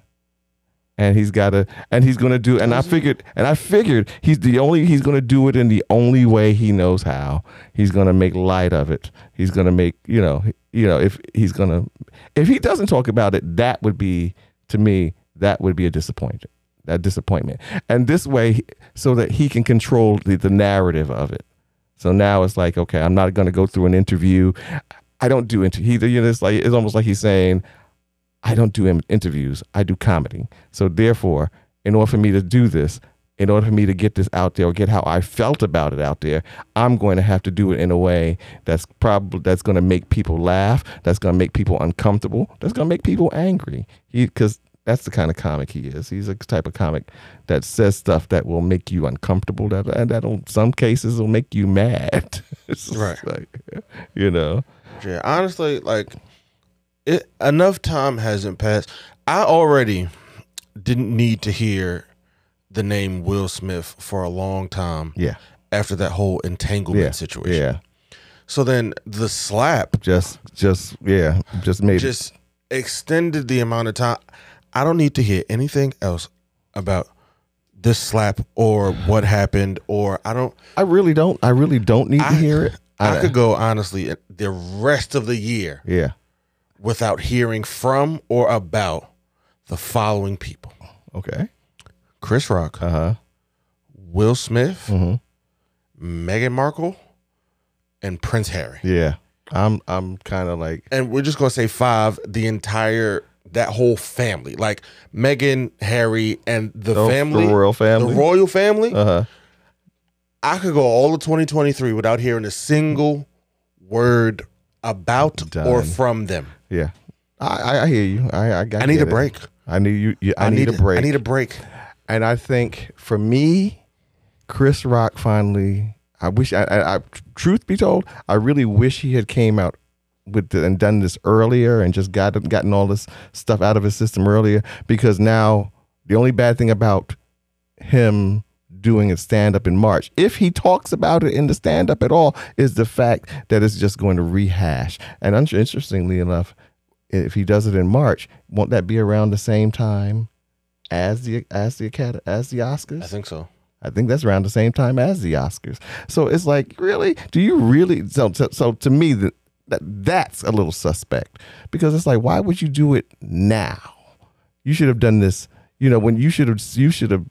and he's got to and he's going to do and I figured and I figured he's the only he's going to do it in the only way he knows how. He's going to make light of it. He's going to make, you know, you know, if he's going to if he doesn't talk about it, that would be to me that would be a disappointment. That disappointment. And this way so that he can control the, the narrative of it. So now it's like, okay, I'm not going to go through an interview. I don't do interview. He, you know, it's like it's almost like he's saying, I don't do in- interviews. I do comedy. So therefore, in order for me to do this, in order for me to get this out there or get how I felt about it out there, I'm going to have to do it in a way that's probably that's going to make people laugh. That's going to make people uncomfortable. That's going to make people angry. He because that's the kind of comic he is. He's a type of comic that says stuff that will make you uncomfortable. That and that in some cases will make you mad. [LAUGHS] It's just Right. like, you know. Yeah, honestly, like it, enough time hasn't passed. I already didn't need to hear the name Will Smith for a long time Yeah. after that whole entanglement Yeah. situation. Yeah. So then the slap Just. Just. Yeah. Just made. it. just extended the amount of time. I don't need to hear anything else about this slap or what happened or I don't I really don't. I really don't need I- to hear it. I could go honestly the rest of the year Yeah. without hearing from or about the following people Okay. Chris Rock, Uh huh. Will Smith, Mhm. Meghan Markle, and Prince Harry. Yeah. I'm. I'm kind of like. And we're just going to say five, the entire, that whole family. Like Meghan, Harry, and the Oh, family, The royal family. the royal family. uh huh. I could go all of 2023 without hearing a single word about or Done. from them. Yeah, I, I, I hear you. I I, got I need a break. I need you. you I, need, a break. I need a break. and I think for me, Chris Rock finally. I wish. I, I, I truth be told, I really wish he had came out with the, and done this earlier and just got gotten all this stuff out of his system earlier because now the only bad thing about him doing a stand up in March, if he talks about it in the stand up at all, is the fact that it's just going to rehash. And un- interestingly enough, if he does it in March, won't that be around the same time as the as the Acad- as the Oscars? I think so. I think that's around the same time as the Oscars. So it's like, really? Do you really? So, so, so to me, that, that that's a little suspect because it's like, why would you do it now? You should have done this. You know, when you should have you should have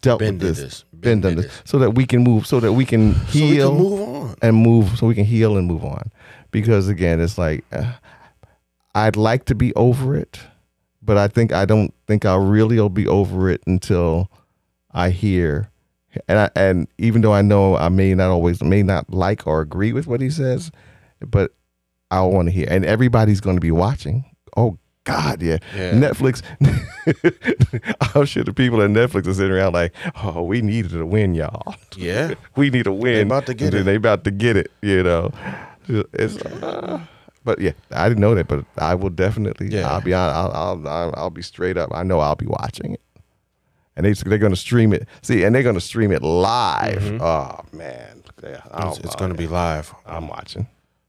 dealt Ben with did this, this. been Ben done did this, so that we can move, so that we can So we heal can move on. and move so we can heal and move on because again it's like uh, i'd like to be over it but i think i don't think i'll really be over it until i hear and I, and even though i know i may not always may not like or agree with what he says but i want to hear and everybody's going to be watching oh god yeah Yeah. Netflix, [LAUGHS] I'm sure the people at Netflix are sitting around like, "Oh, we needed a win, y'all." Yeah. we need a win. about to get it. They about to get it. You know, it's. uh, but yeah, I didn't know that, but I will definitely. Yeah. I'll be. hon- I'll, I'll. I'll. I'll be straight up. I know I'll be watching it, and they they're going to stream it. See, and they're going to stream it live. Oh man, yeah, Mm-hmm. It's, it's going to be live. I'm watching.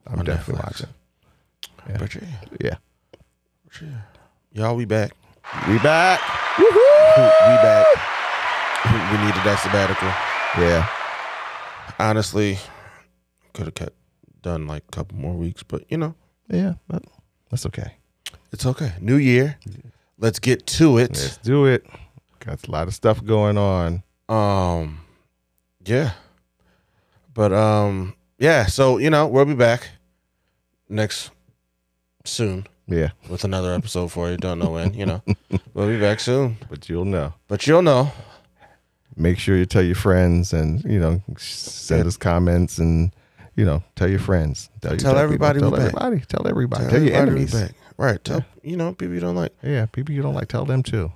I'm on definitely Netflix. watching. But yeah, Yeah, but yeah. Y'all, we back. we back. We Woohoo! back. We needed that sabbatical. Yeah, Honestly, could have kept done like a couple more weeks, but you know, yeah, but that's okay. it's okay. New year. Let's get to it. Let's do it. Got a lot of stuff going on. Um, yeah, but um, yeah. So you know, we'll be back next soon Yeah, with another episode for you. Don't know when. You know, we'll be back soon. but you'll know. But you'll know. make sure you tell your friends and you know send us comments and you know tell your friends tell, your- Tell people, everybody tell we back. everybody tell everybody tell, your everybody we enemies back. Right. Tell you know people you don't like. yeah people you don't like tell them too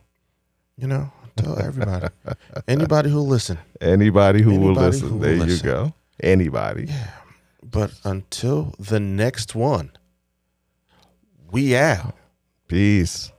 You know, tell everybody, [LAUGHS] anybody who listen. anybody who will Anybody listen who will there you listen. go anybody Yeah. But until the next one, we out. peace